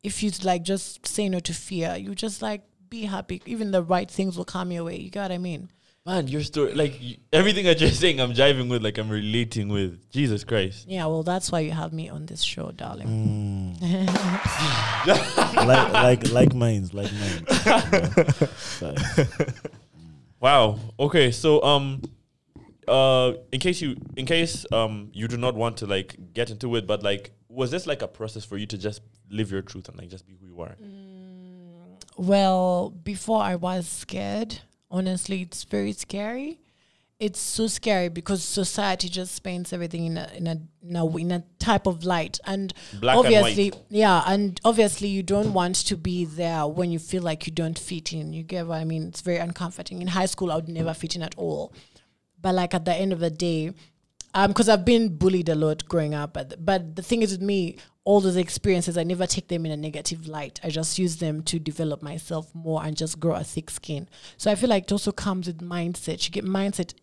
if you like just say no to fear you just like be happy even the right things will come your way you got what i mean
Man, your story, like y- everything that you're saying, I'm jiving with, like I'm relating with. Jesus Christ.
yeah well that's why you have me on this show darling
Mm. like like like mines like mines Sorry.
Wow. Okay. So, um, uh, in case you, in case um, you do not want to like get into it, but like, was this like a process for you to just live your truth and like just be who you are?
Mm. Well, before I was scared. Honestly, it's very scary. It's so scary because society just paints everything in a in a in a, in a type of light, and
Black and
obviously, yeah, and obviously you don't want to be there when you feel like you don't fit in. You get what I mean? It's very uncomforting. In high school, I would never fit in at all, but like at the end of the day, um, because I've been bullied a lot growing up. But but the thing is with me, all those experiences, I never take them in a negative light. I just use them to develop myself more and just grow a thick skin. So I feel like it also comes with mindset. You get mindset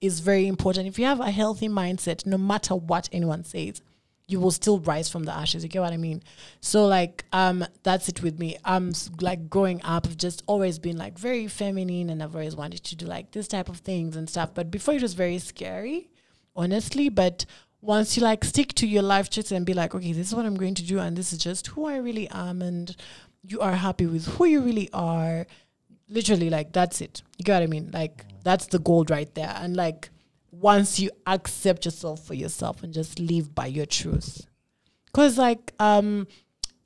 is very important. If you have a healthy mindset, no matter what anyone says, you will still rise from the ashes. You get what I mean? So like, um, that's it with me. I'm s- like growing up, I've just always been like very feminine, and I've always wanted to do like this type of things and stuff. But before it was very scary, honestly. But once you like stick to your life choices and be like, okay, this is what I'm going to do, and this is just who I really am, and you are happy with who you really are. Literally, like that's it. You get what I mean? Like that's the gold right there. And like once you accept yourself for yourself and just live by your truth, because like um,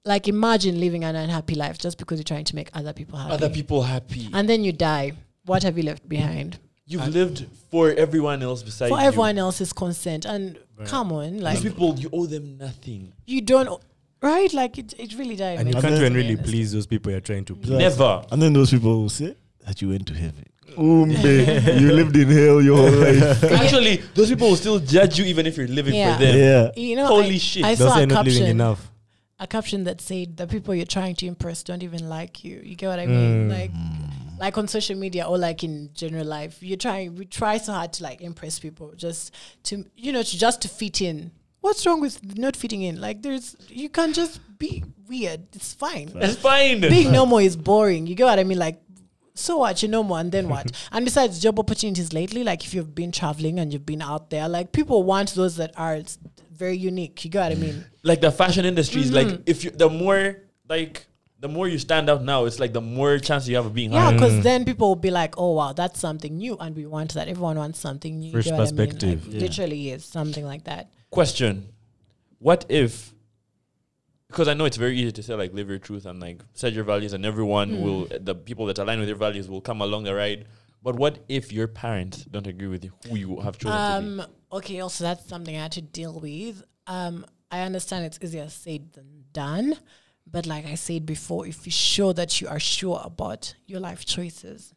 like imagine living an unhappy life just because you're trying to make other people happy,
Other people happy.
and then you die. What have you left behind?
You've lived for everyone else besides
for everyone else's consent. And come on,
You.
like
These people, you owe them nothing.
you don't, right? Like it, it really does.
And you
And
can't
then-
even really please those people you're trying to please.
Right. <laughs>
Never.
and then those people will say that you went to heaven <laughs> Umbe, you lived in hell your whole life
Actually, those people will still judge you even if you're living
Yeah.
for them.
yeah
You know,
Holy
I,
shit.
I
Those
saw
are
a
not living
caption,
enough.
a caption that said the people you're trying to impress don't even like you. You get what I
Mm.
mean? Like, like on social media or like in general life, you're trying. We try so hard to like impress people, just to you know, to just to fit in. What's wrong with not fitting in? Like, there's you can just be weird. It's fine.
That's fine.
<laughs> Being normal is boring. You get what I mean? Like so what, you know more, and then
<laughs>
what? and besides job opportunities lately, like if you've been traveling and you've been out there, like people want those that are s- very unique. You get what I mean?
like the fashion industry is
Mm-hmm.
like if you the more like the more you stand out now, it's like the more chance you have of
Mm.
being
Yeah,
hired.
because then people will be like, oh, wow, that's something new. And we want that. Everyone wants something new. you
Fresh
get what I mean? Like,
perspective.
Yeah.
Literally is something like that.
Question: What if? Because I know it's very easy to say like live your truth and like set your values, and everyone
Mm.
will the people that align with your values will come along the ride. But what if your parents don't agree with you, who you have chosen to be?
Um, okay, also, that's something I had to deal with. Um, I understand it's easier said than done. But like I said before, if you show that you are sure about your life choices,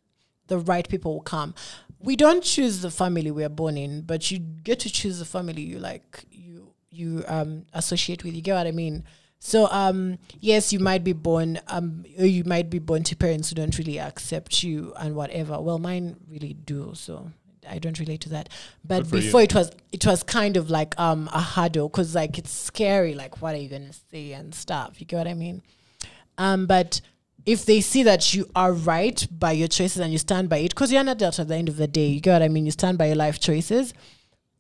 the right people will come. We don't choose the family we are born in, but you get to choose the family you like you you um associate with. You get what I mean? So um yes, you might be born um or you might be born to parents who don't really accept you and whatever. Well, mine really do, so I don't relate to that. But
Good for you.
before it was it was kind of like um a hurdle because like it's scary. Like what are you gonna say and stuff? You get what I mean? Um, but if they see that you are right by your choices and you stand by it, because you're an adult at the end of the day, you get what I mean? You stand by your life choices.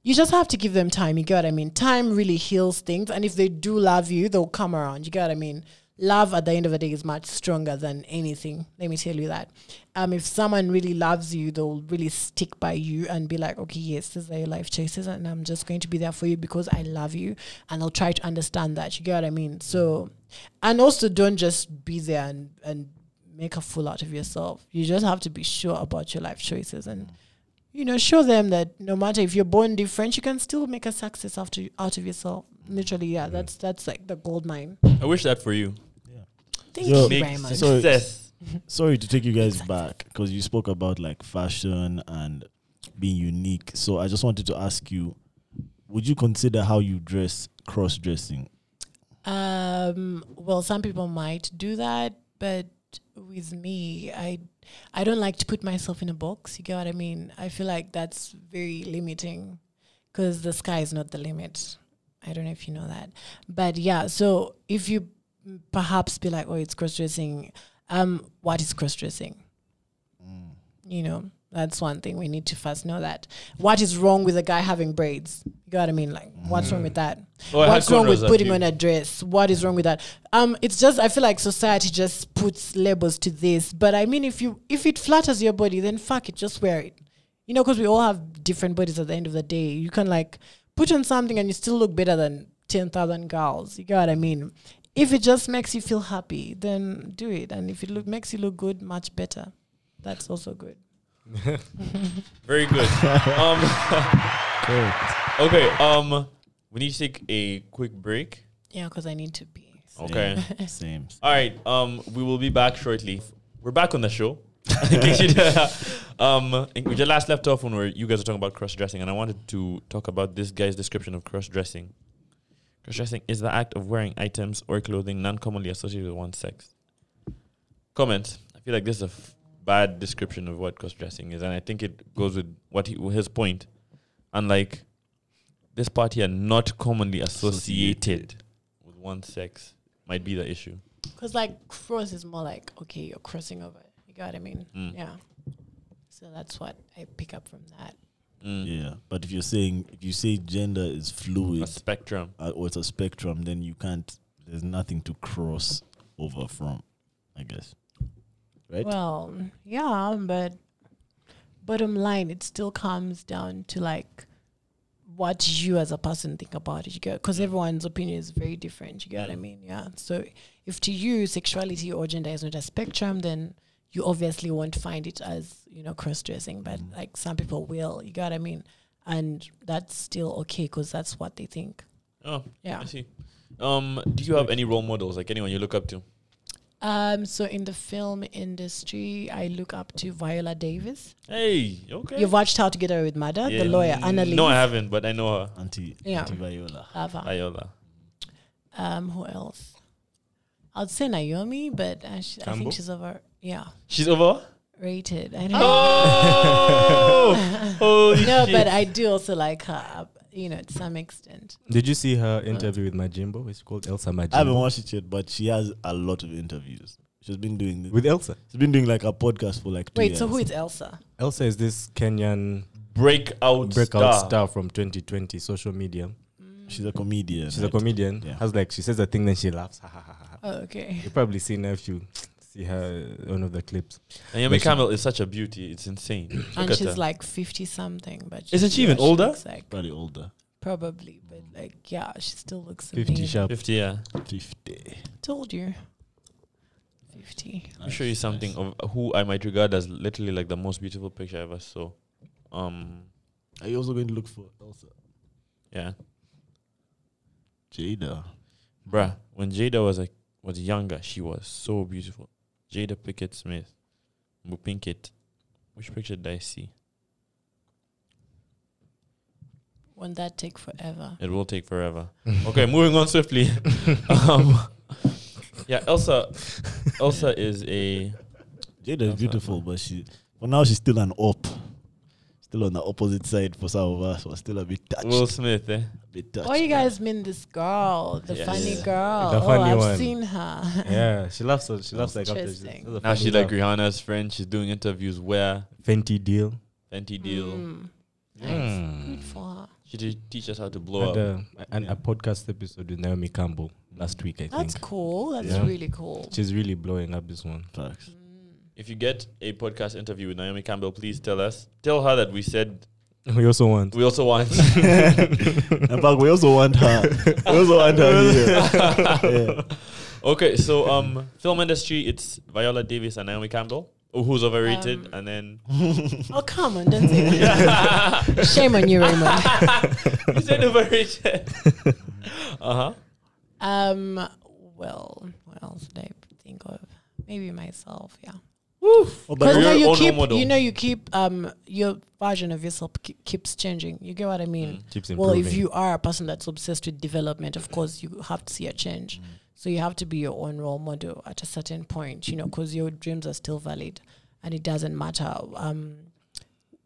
You just have to give them time. You get what I mean? Time really heals things. And if they do love you, they'll come around. You get what I mean? Love at the end of the day is much stronger than anything. Let me tell you that. Um, if someone really loves you, they'll really stick by you and be like, okay, yes, these are your life choices. And I'm just going to be there for you because I love you. And they'll try to understand that. You get what I mean? So, and also don't just be there and, and make a fool out of yourself. You just have to be sure about your life choices and you know, show them that no matter if you're born different, you can still make a success after out of yourself. Literally, yeah, that's that's like the gold mine.
I wish that for you.
Um, Thank
Yo,
you
Make
very much.
so-
success.
Sorry to take you guys back because you spoke about like fashion and being unique. So I just wanted to ask you would you consider how you dress cross dressing?
Um, well, some people might do that, but with me, I I don't like to put myself in a box. You get what I mean? I feel like that's very limiting because the sky is not the limit. I don't know if you know that, but yeah. So if you perhaps be like, oh, it's cross dressing. Um, what is cross dressing? You know, that's one thing we need to first know that. What is wrong with a guy having braids? You know what I mean? Like, what's wrong with that?
Oh, I had
what's wrong with
cornrows,
putting
actually.
on a dress? What is wrong with that? Um, it's just I feel like society just puts labels to this. But I mean, if you if it flatters your body, then fuck it, just wear it. You know, because we all have different bodies at the end of the day. You can like put on something and you still look better than ten thousand girls. You get what I mean? If it just makes you feel happy, then do it. And if it look, makes you look good, much better. That's also good.
Very
<laughs>
good. um, <laughs> okay. Um, we need to take a quick break.
Yeah, because I need to <laughs> pee.
Okay.
Same. same.
All right. Um, we will be back shortly. We're back on the show. <laughs> in case you um, in- we just last left off when we were, you guys were talking about cross dressing, and I wanted to talk about this guy's description of cross dressing. Cross dressing is the act of wearing items or clothing non commonly associated with one's sex. Comment. I feel like this is a f- bad description of what cross dressing is, and I think it goes with what he, his point. Unlike this party are not commonly associated with one's sex, might be the issue.
Because like cross is more like okay, you're crossing over. You got what I mean?
Mm.
Yeah. So that's what I pick up from that.
Mm.
Yeah. But if you're saying, if you say gender is fluid
a spectrum.
uh, or it's a spectrum, then you can't, there's nothing to cross over from, I guess. Right?
Well, yeah, but bottom line, it still comes down to like what you as a person think about it. You get because everyone's opinion is very different. You get what I mean? Yeah. So if to you sexuality or gender is not a spectrum, then you obviously won't find it as you know cross dressing. But like some people will. You get what I mean? And that's still okay because that's what they think.
Oh,
Yeah.
I see. Um, do you have any role models, like anyone you look up to?
Um, so in the film industry, I look up to Viola Davis.
Hey, okay.
You've watched How to Get Away with Murder, the lawyer, Annalise. Ah.
No, I haven't, but I know her.
Anti,
Yeah.
anti Viola.
Love her.
Ayola.
Um, who else? I'd say Naomi, but uh, I, sh- I
Campbell?
think she's over. Yeah,
She's <laughs> over.
rated. I don't
Oh, <laughs> holy
know,
shit.
but uh, I do also like her. You know, to some extent.
Did you see her interview with Majimbo? It's called Elsa Majimbo.
I haven't watched it yet, but she has a lot of interviews. She's been doing this.
with Elsa.
She's been doing like a podcast for like two
Wait,
years.
so who is Elsa?
Elsa is this Kenyan
Breakout,
breakout
star.
star from 2020 social media.
She's a comedian.
She's a comedian.
Yeah.
Has like she says a thing, then she laughs. Ha, ha, ha, ha, ha.
Oh, okay.
You've probably seen her if you see her uh, one of the clips.
Naomi
Listen.
Campbell is such a beauty. It's insane. Look
And
at
she's
her.
like 50 something, but
Isn't she even older?
looks like,
probably older.
probably, but like, yeah, she still looks
50
amazing.
sharp.
50, yeah.
Fifty.
Told you. 50.
I'll show you something of who I might regard as literally like the most beautiful picture I ever saw. Um,
Are you also going to look for Elsa?
yeah.
Jada.
Bruh, when Jada was like was younger, she was so beautiful. Jada Pickett Smith. Mu Pinkett. Which picture did I see?
Won't that take forever?
It will take forever. Okay, moving on swiftly. um, yeah, Elsa Elsa is a
Jada is
Elsa.
beautiful, but she for now she's still an op. Still on the opposite side for some of us. We're still a bit touched.
Will Smith, eh?
a bit
Oh,
touched.
you guys mean this girl, the
Yes.
funny
Yeah.
girl.
The
oh,
funny
I've
one.
seen her.
Yeah, she laughs. a- She laughs like after she-
Interesting.
that's
Now
a funny
she's like
laugh.
Rihanna's friend. She's doing interviews where
Fenty deal.
Fenty Deal.
Mm. Nice. Good
Mm.
for her.
She did teach us how to blow
Had
up.
a, an, uh, a podcast episode with Naomi Campbell last week, I
That's
think.
cool. That's
Yeah.
really cool. Mm.
She's really blowing up this one. <laughs>
Facts.
If you get a podcast interview with Naomi Campbell, please tell us. Tell her that we said
We
<laughs>
also want.
we also want.
<laughs> In fact, we also want her. We also want her here.
<laughs>
Yeah.
okay, so um, film industry, it's Viola Davis and Naomi Campbell, oh, who's overrated,
Um,
and then
<laughs>
<laughs>
Oh, come on. Don't say
<laughs>
that. Shame on you, Raymond.
you said
<laughs>
overrated. uh huh.
Um, well, what else did I think of? Maybe myself, yeah.
Oh,
Because
but
Career
now you
or no
keep,
model?
you know, you keep um your version of yourself ke- keeps changing. You get what I mean?
Keeps
Well,
improving.
if you are a person that's obsessed with development, of course you have to see a change. So you have to be your own role model at a certain point, you know, because your dreams are still valid, and it doesn't matter um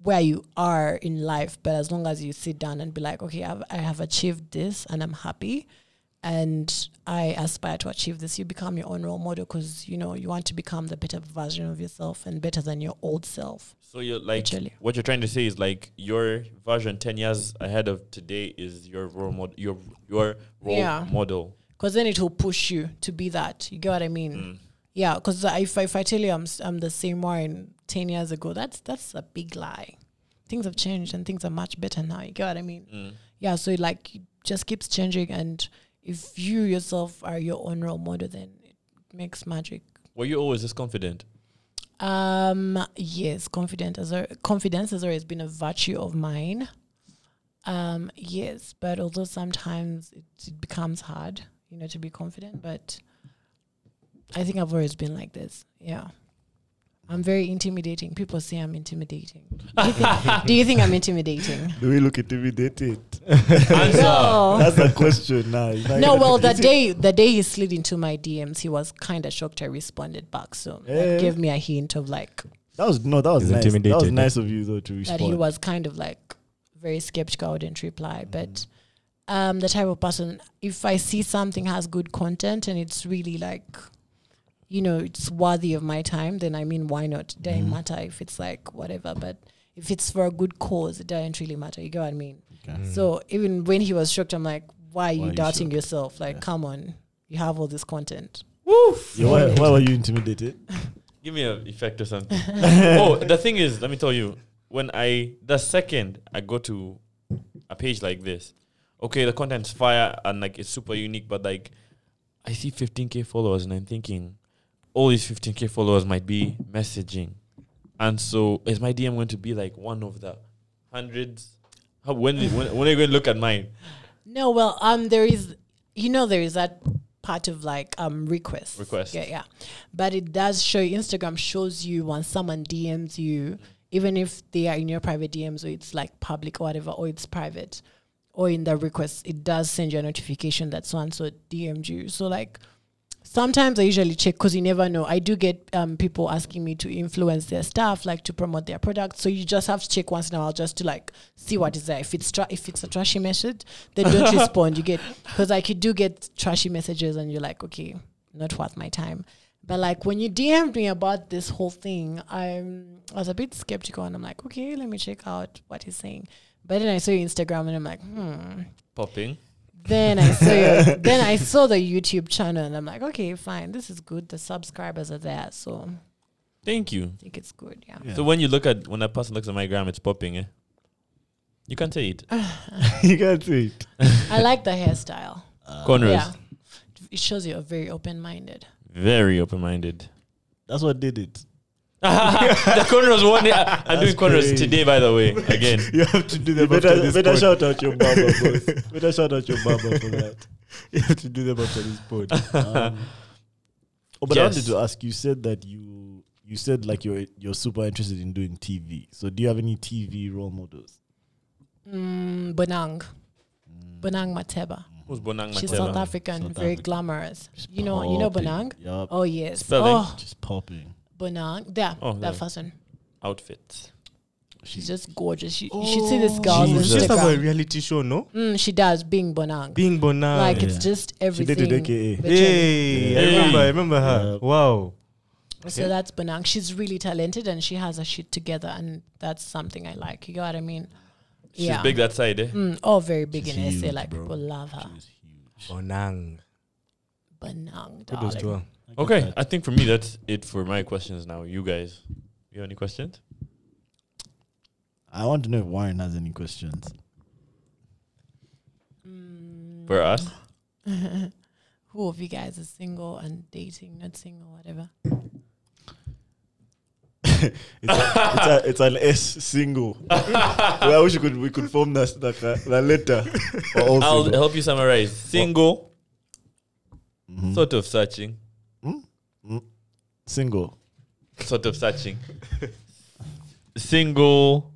where you are in life. But as long as you sit down and be like, okay, I've, I have achieved this, and I'm happy, and I aspire to achieve this. You become your own role model because you know you want to become the better version of yourself and better than your old self.
So you're like,
Actually.
what you're trying to say is like your version ten years ahead of today is your role model. Your your role
Yeah.
model.
because then it will push you to be that. You get what I mean?
Mm.
Yeah, because if, if I tell you I'm, s- I'm the same Warren 10 years ago, that's that's a big lie. Things have changed and things are much better now. You get what I mean?
Mm.
Yeah, so it like it just keeps changing. And if you yourself are your own role model, then it makes magic.
Were you always this confident?
Um, yes, confident as confidence has always been a virtue of mine. Um, yes, but although sometimes it, it becomes hard, you know, to be confident, but I think I've always been like this. Yeah. I'm very intimidating. People say I'm intimidating. Do you think, do you think I'm intimidating?
<laughs> do we look intimidated?
<laughs> No.
That's a question now. It's not
Oh. No,
gonna
well,
be
the
easy.
day the day he slid into my DMs, he was kind of shocked. I responded back, so
Eh.
that gave me a hint of like
That was no, that was
He's
nice. That was
intimidated.
nice of you though to respond.
that he was kind of like very skeptical. I wouldn't
Mm-hmm.
reply, but um, the type of person if I see something has good content and it's really like, you know, it's worthy of my time, then I mean, why not? It
Mm-hmm.
doesn't matter if it's like whatever, but if it's for a good cause, it doesn't really matter. You get what I mean?
Okay.
So even when he was shocked, I'm like, why are
Mm.
you
Why are you
doubting
shocked?
yourself? Like,
Yeah.
come on, you have all this content.
Yeah, why, why were you intimidated?
Give me an effect or something. oh, the thing is, let me tell you, when I the second I go to a page like this, okay, the content's fire and like it's super unique, but like I see 15k followers and I'm thinking all these 15k followers might be messaging, and so is my DM going to be like one of the hundreds? How, when, when when are you going to look at mine?
No, well, um, there is, you know, there is that part of like um requests.
Requests.
Yeah, yeah. But it does show Instagram shows you when someone DMs you, even if they are in your private DMs or it's like public or whatever, or it's private, or in the requests, it does send you a notification that so and so DM'd you. So like. Sometimes I usually check because you never know. I do get um, people asking me to influence their stuff, like to promote their products. So you just have to check once in a while just to like see what is there. If it's tra- if it's a trashy message, then don't respond. You get because like you do get trashy messages, and you're like, okay, not worth my time. But like when you DM'd me about this whole thing, I'm I was a bit skeptical and I'm like, okay, let me check out what he's saying. But then I saw your Instagram and I'm like, hmm.
Popping.
Then I saw your, then I saw the YouTube channel and I'm like, okay, fine, this is good. The subscribers are there, so
Thank you.
I think it's good. Yeah.
Yeah.
So when you look at when a person looks at my gram, it's popping. Eh? You can't say it.
<laughs> you can't see it.
I like the hairstyle.
Cornrows.
Yeah. It shows you're very open minded.
Very open-minded.
That's what did it.
<laughs> the cornrows one day. I- I'm doing
That's
cornrows
crazy.
today, by
<laughs>
the way. Again,
You have to do them after
Better,
this
better
pod.
shout out your barber, boss. <laughs> Better shout out your barber for that.
You have to do them after this pod.
Um, oh, but I wanted
Yes.
to ask. You said that you you said like you're you're super interested in doing TV. So do you have any TV role models?
Mm, Bonang. Bonang Mateba.
who's Bonang
She's
Matela?
South African,
South
very
African.
glamorous. you know, you know Bonang.
Yup.
Oh yes.
Spelling.
Oh,
Just popping.
Bonang. There,
Oh, there.
that person.
Outfit.
She's just gorgeous. She, you should see this girl on
Jesus.
She used to have a
Instagram.
reality show, no?
Mm, she does being Bonang.
Being Bonang.
like it's
yeah.
just
She
everything.
did it, aka.
but yeah.
Hey, I
Hey.
remember, I remember her.
Yep.
Wow.
So that's Bonang. She's really talented and she has her shit together, and that's something I like. You know what I mean?
She's
yeah.
big that side. Eh?
Mm, oh, very big
She's
in SA.
huge,
Like
bro.
people love her.
She's huge.
Bonang.
Bonang,
Kudos to
darling.
her.
Okay, I think for me that's it for my questions now. You guys, you have any questions?
I want to know if Warren has any questions.
Mm.
For us,
<laughs> Who of you guys is single and dating, not single, whatever?
It's, a, it's, a, it's an S
<laughs>
single. well, I wish we could we could form that that, that letter. for all
I'll
single.
help you summarize. Single,
Mhm.
sort of searching,
single.
sort of searching.
<laughs>
Single,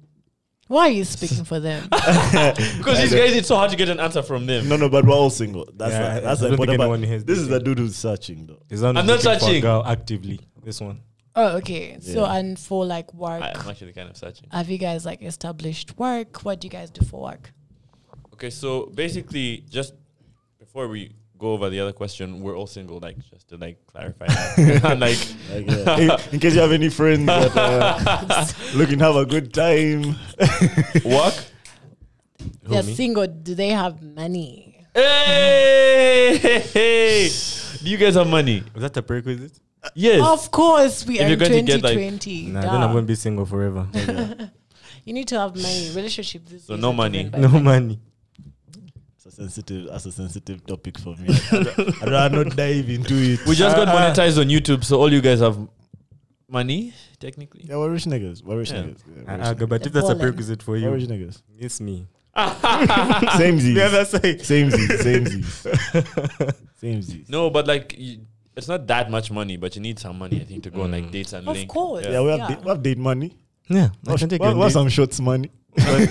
Why are you speaking for them?
<laughs> because these guys, it's so hard to get an answer from them.
No, no, but we're all single. That's
Yeah, I-
the, that's the
I don't
important
think
part.
anyone has
This is the
dated.
dude who's searching though.
Is that
I'm not
looking for a
searching.
girl actively. This one.
Oh, okay. So,
Yeah.
and for like work,
I am actually kind of searching.
have you guys like established work? What do you guys do for work?
Okay, so basically, just before we go over the other question, we're all single. Like, just to like clarify, that. <laughs> like,
Like,
<laughs>
yeah. in, in case you have any friends that
<laughs>
uh, looking to have a good time.
work.
They're single. Do they have money?
Hey, do you guys have money?
Is that a prerequisite?
Yes.
Of course, we
If
are
you're
in
going to get, like-
2020.
Nah,
duh.
then I'm gonna be single forever.
<laughs>
you need to have money. Relationship. This
So no money.
no money.
It's a sensitive. That's a sensitive topic for me. I'd rather not dive into it.
We just got
Uh, uh.
monetized on YouTube, so all you guys have money, technically.
yeah, we're rich niggas. We're rich
Yeah.
niggas. Yeah, we're
Uh,
rich niggas.
but if that's a
Fallen.
prerequisite for
We're rich
you, <laughs>
niggas.
miss me.
Same Z's.
that's it.
Same
<laughs>
Z's. Same Z's. Same Z's.
No, but like, you, it's not that much money, but you need some money, I think, to go on like dates and
Of
link.
course.
Yeah, we have,
Yeah.
Date, we have date money.
Yeah, I
What's
can take
Oh, what,
your
what's
name.
some shorts money?
<laughs> But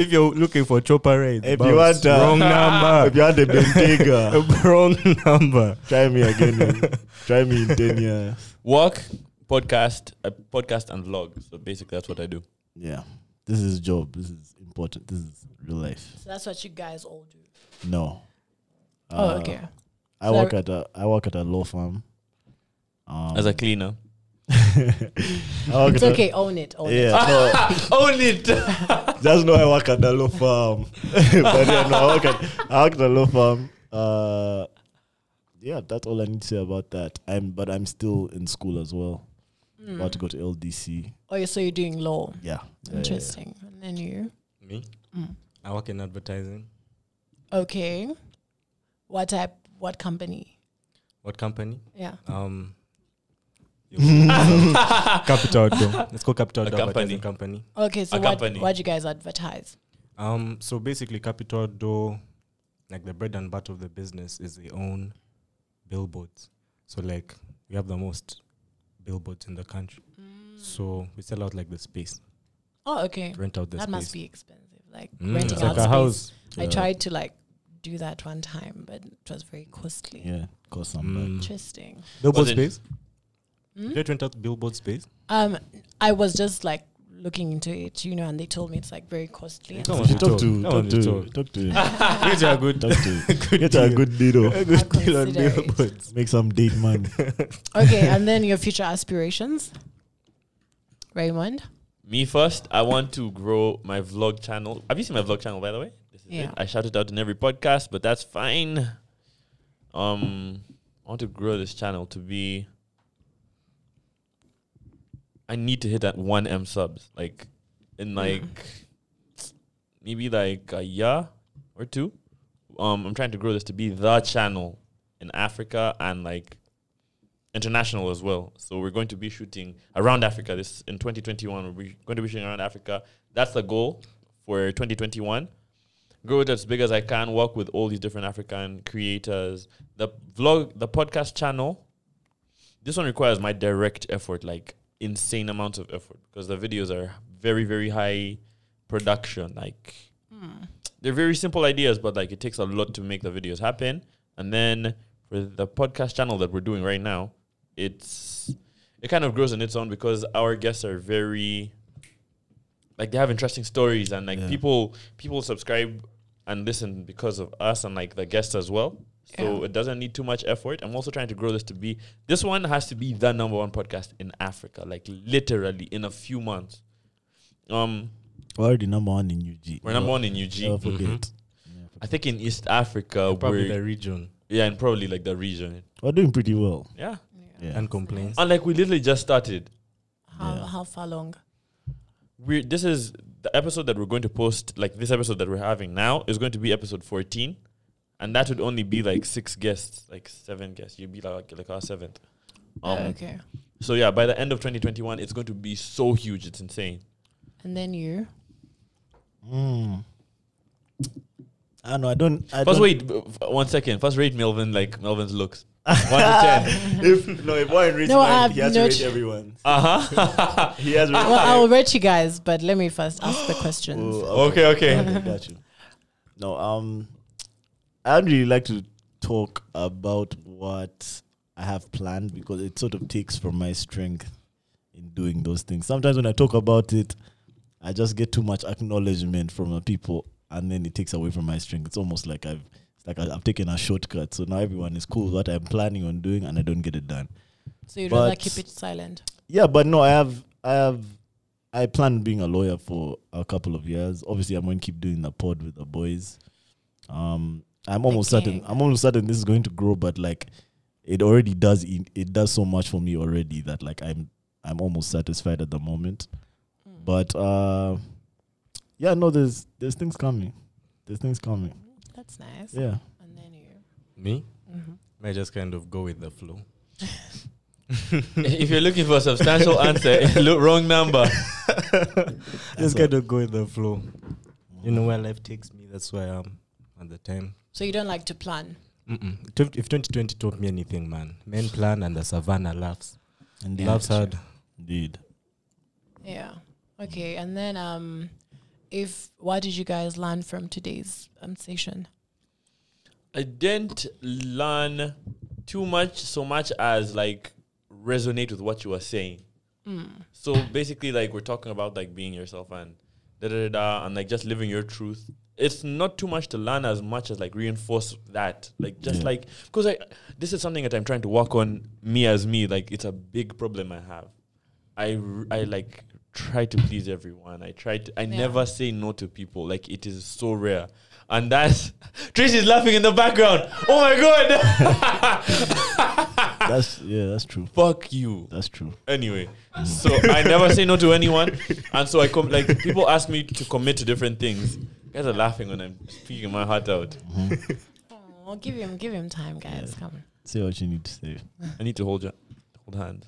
if you're looking for chopper rides,
If
bounce.
you want, uh,
wrong
<laughs> if you
number,
had a Bentega,
<laughs> wrong number.
try me again. man. try me in 10 years.
Work, podcast, a podcast and vlog. So basically, that's what I do.
Yeah. This is job. This is important. This is real life.
So that's what you guys all do.
No.
oh,
Uh,
okay.
I
So-
work at a I work at a law firm. Um,
As a cleaner.
I work at
It's
a-
okay. Own it. Own it.
Yeah,
Own it.
<laughs>
no, just know I work at a law firm. <laughs> but yeah, no, I work at I work at a law firm. Uh, yeah, that's all I need to say about that. I'm but I'm still in school as well.
Hmm.
About to go to LDC.
Oh, yeah, so you're doing law.
Yeah, yeah, yeah, yeah.
Interesting. And then you.
Me,
Mm.
I work in advertising.
Okay. What type? What company?
What company?
Yeah.
Um, Capital Outdoor. Let's call Capital
A
Outdoor
company.
Advertising Company.
Okay. So
A
what?
company.
What you guys advertise?
Um, so basically, Capital Outdoor, like the bread and butter of the business, is their own billboards. So like we have the most billboards in the country.
Mm.
So we sell out like the space,
Oh, okay.
rent out the
that
space.
must be expensive. Like
Mm,
renting
it's
out
like
space.
a house.
I
Yeah.
tried to like do that one time, but it was very costly.
Yeah, cause some
Mm.
Interesting.
Billboard
Was it-
space.
Hmm?
Did you rent out billboard space?
Um, I was just like looking into it, you know, and they told me it's like very costly. and
Come
stuff.
on,
Talk to,
That one
talk
you
to,
talk.
talk to, him.
<laughs> These are good.
talk to. Get a <laughs>
deal.
good deal.
A good
I
deal
consider
on
it.
billboards.
Make some date money.
okay, and then your future aspirations, Raymond.
Me first, I want to grow my vlog channel. Have you seen my vlog channel, by the way? This is
Yeah.
it. I shout it out in every podcast, but that's fine. Um, I want to grow this channel to be. I need to hit that one M subs, like, in like, maybe like a year or two. Um, I'm trying to grow this to be the channel in Africa and like international as well. So we're going to be shooting around Africa. This in 2021, we're going to be shooting around Africa. That's the goal for 2021. Grow it as big as I can. Work with all these different African creators. The vlog, the podcast channel. This one requires my direct effort, like insane amounts of effort, because the videos are very, very high production. Like they're very simple ideas, but like it takes a lot to make the videos happen. And then for the podcast channel that we're doing right now, it's it kind of grows on its own because our guests are very like they have interesting stories and like
Yeah.
people people subscribe and listen because of us and like the guests as well. So
Yeah.
it doesn't need too much effort. I'm also trying to grow this to be this one has to be the number one podcast in Africa, like literally in a few months. Um,
We're already number one in Mm-hmm. UG.
we're number one in UG.
Don't forget. Yeah,
I
forget.
think in East Africa,
Probably
we're,
the region.
yeah, and probably like the region.
We're doing pretty well.
Yeah.
Yeah.
And complaints.
And like we literally just started.
How
Yeah.
how far long?
We're this is the episode that we're going to post, like this episode that we're having now is going to be episode 14. And that would only be like six guests, like seven guests. You'd be like like our seventh. Um,
Oh, okay,
So yeah, by the end of 2021, it's going to be so huge. It's insane.
and then you.
Mm. I know. I don't. I <laughs>
First,
don't
wait b- f- one second. First, rate Melvin like Melvin's looks. one to ten.
if no, if one rates
No,
mine,
I've
he has
not-
to rate everyone. Ah,
Uh huh.
He has.
Well, I'll rate you guys, but let me first ask the questions.
Oh,
okay, okay.
okay, <laughs> got you. No, um, I don't really like to talk about what I have planned because it sort of takes from my strength in doing those things. Sometimes when I talk about it, I just get too much acknowledgement from the people, and then it takes away from my strength. It's almost like I've it's like I- I've taken a shortcut. So now everyone is cool with what I'm planning on doing, and I don't get it done.
So you'd rather
but-
keep it silent.
Yeah, but no, I have, I have, I plan on being a lawyer for a couple of years. Obviously, I'm going to keep doing the pod with the boys. Um, I'm almost certain.
king.
I'm almost certain this is going to grow, but like, it already does. It, it does so much for me already that like I'm, I'm almost satisfied at the moment.
Mm.
But uh, yeah, no, there's there's things coming. There's things coming.
That's nice.
Yeah.
And then you.
Me?
Mhm.
I just kind of go with the flow.
if you're looking for a substantial answer, <laughs> look, wrong number.
Just
That's
kind of go with the flow. You know where life takes me. That's where I am at the time.
So you don't like to plan.
Mm-mm. Tw- If 2020 taught me anything, man, men plan and the savannah laughs.
Indeed.
Laughs hard.
Indeed.
Yeah. Okay. And then um, if what did you guys learn from today's um session?
I didn't learn too much, so much as like resonate with what you were saying. So basically, like we're talking about like being yourself and da da da da, and like just living your truth. It's not too much to learn as much as like reinforce that, like just
Yeah.
like because I this is something that I'm trying to work on me as me. Like it's a big problem I have. I r- I like try to please everyone. I try to. I
Yeah.
never say no to people. Like it is so rare. And that's <laughs> Trish is laughing in the background. Oh my god!
That's yeah. That's true.
<laughs> Fuck you.
That's true.
Anyway, so I never say no to anyone, and so I com- like people ask me to commit to different things. Guys are laughing when I'm speaking my heart out.
Oh, give him, give him time, guys. Come on.
Say what you need to say.
I need to hold your hold hand.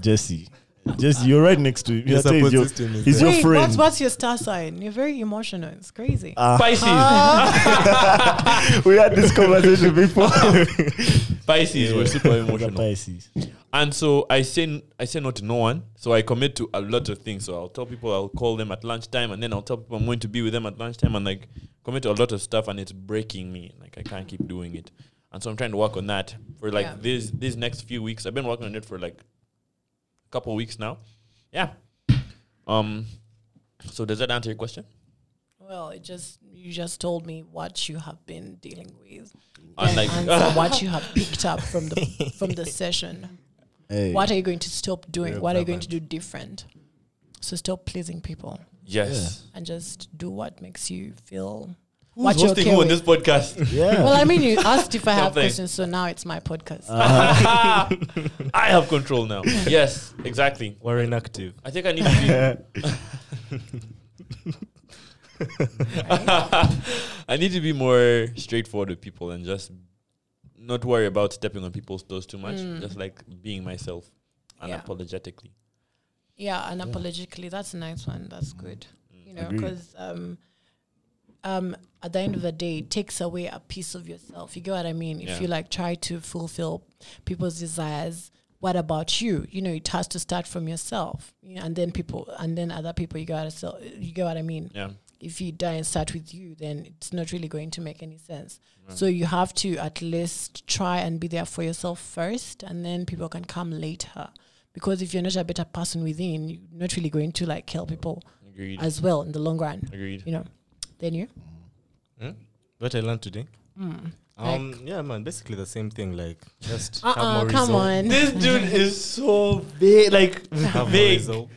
Jesse. Jesse, you're right next to him.
Your
Your taste,
support
your-
system is
he's
there.
your
Wait,
friend.
what's what's your star sign? You're very emotional. It's crazy.
Pisces,
<laughs> we had this
<laughs>
conversation before.
Pisces, we're super
The
emotional.
Pisces.
And so I say n- I say no to no one. So I commit to a lot of things. So I'll tell people I'll call them at lunchtime, and then I'll tell people I'm going to be with them at lunchtime, and like commit to a lot of stuff, and it's breaking me. Like I can't keep doing it, and so I'm trying to work on that for like
Yeah.
these these next few weeks. I've been working on it for like a couple weeks now. Yeah, Um, so does that answer your question?
Well, it just you just told me what you have been dealing with.
And
And
like- <laughs>
answer what you have picked up from the from the session.
Hey,
What are you going to stop doing?
Real
what are you
bad
going to do different? So stop pleasing people
Yes.
and just do what makes you feel.
Who's
what you're
hosting
okay
who on
with.
this podcast?
yeah.
<laughs> Well, I mean, you asked if I have
Something.
questions, so now it's my podcast.
Uh, <laughs> I have control now. yes, exactly.
Ah, We're inactive.
I think I need to <laughs> be. I need to be more straightforward with people and just not worry about stepping on people's toes too much.
Mm.
Just like being myself
Yeah.
unapologetically.
Yeah, unapologetically. That's a nice one. That's good. You know,
Agreed.
because um, um, at the end of the day, it takes away a piece of yourself. You get what I mean?
Yeah.
If you like try to fulfill people's desires, what about you? You know, it has to start from yourself, you know, and then people, and then other people. You got to, you get what I mean?
Yeah.
if you die and start with you, then it's not really going to make any sense. So you have to at least try and be there for yourself first, and then people can come later. Because if you're not a better person within, you're not really going to like help people
Agreed.
as well in the long run.
Agreed.
You know, then you.
Hmm? What I learned today.
Mm.
Um, yeah, man. Basically the same thing. Like just
Uh
have more
uh come
resolve.
on.
This dude is so big, like
Have more
vague.
resolve.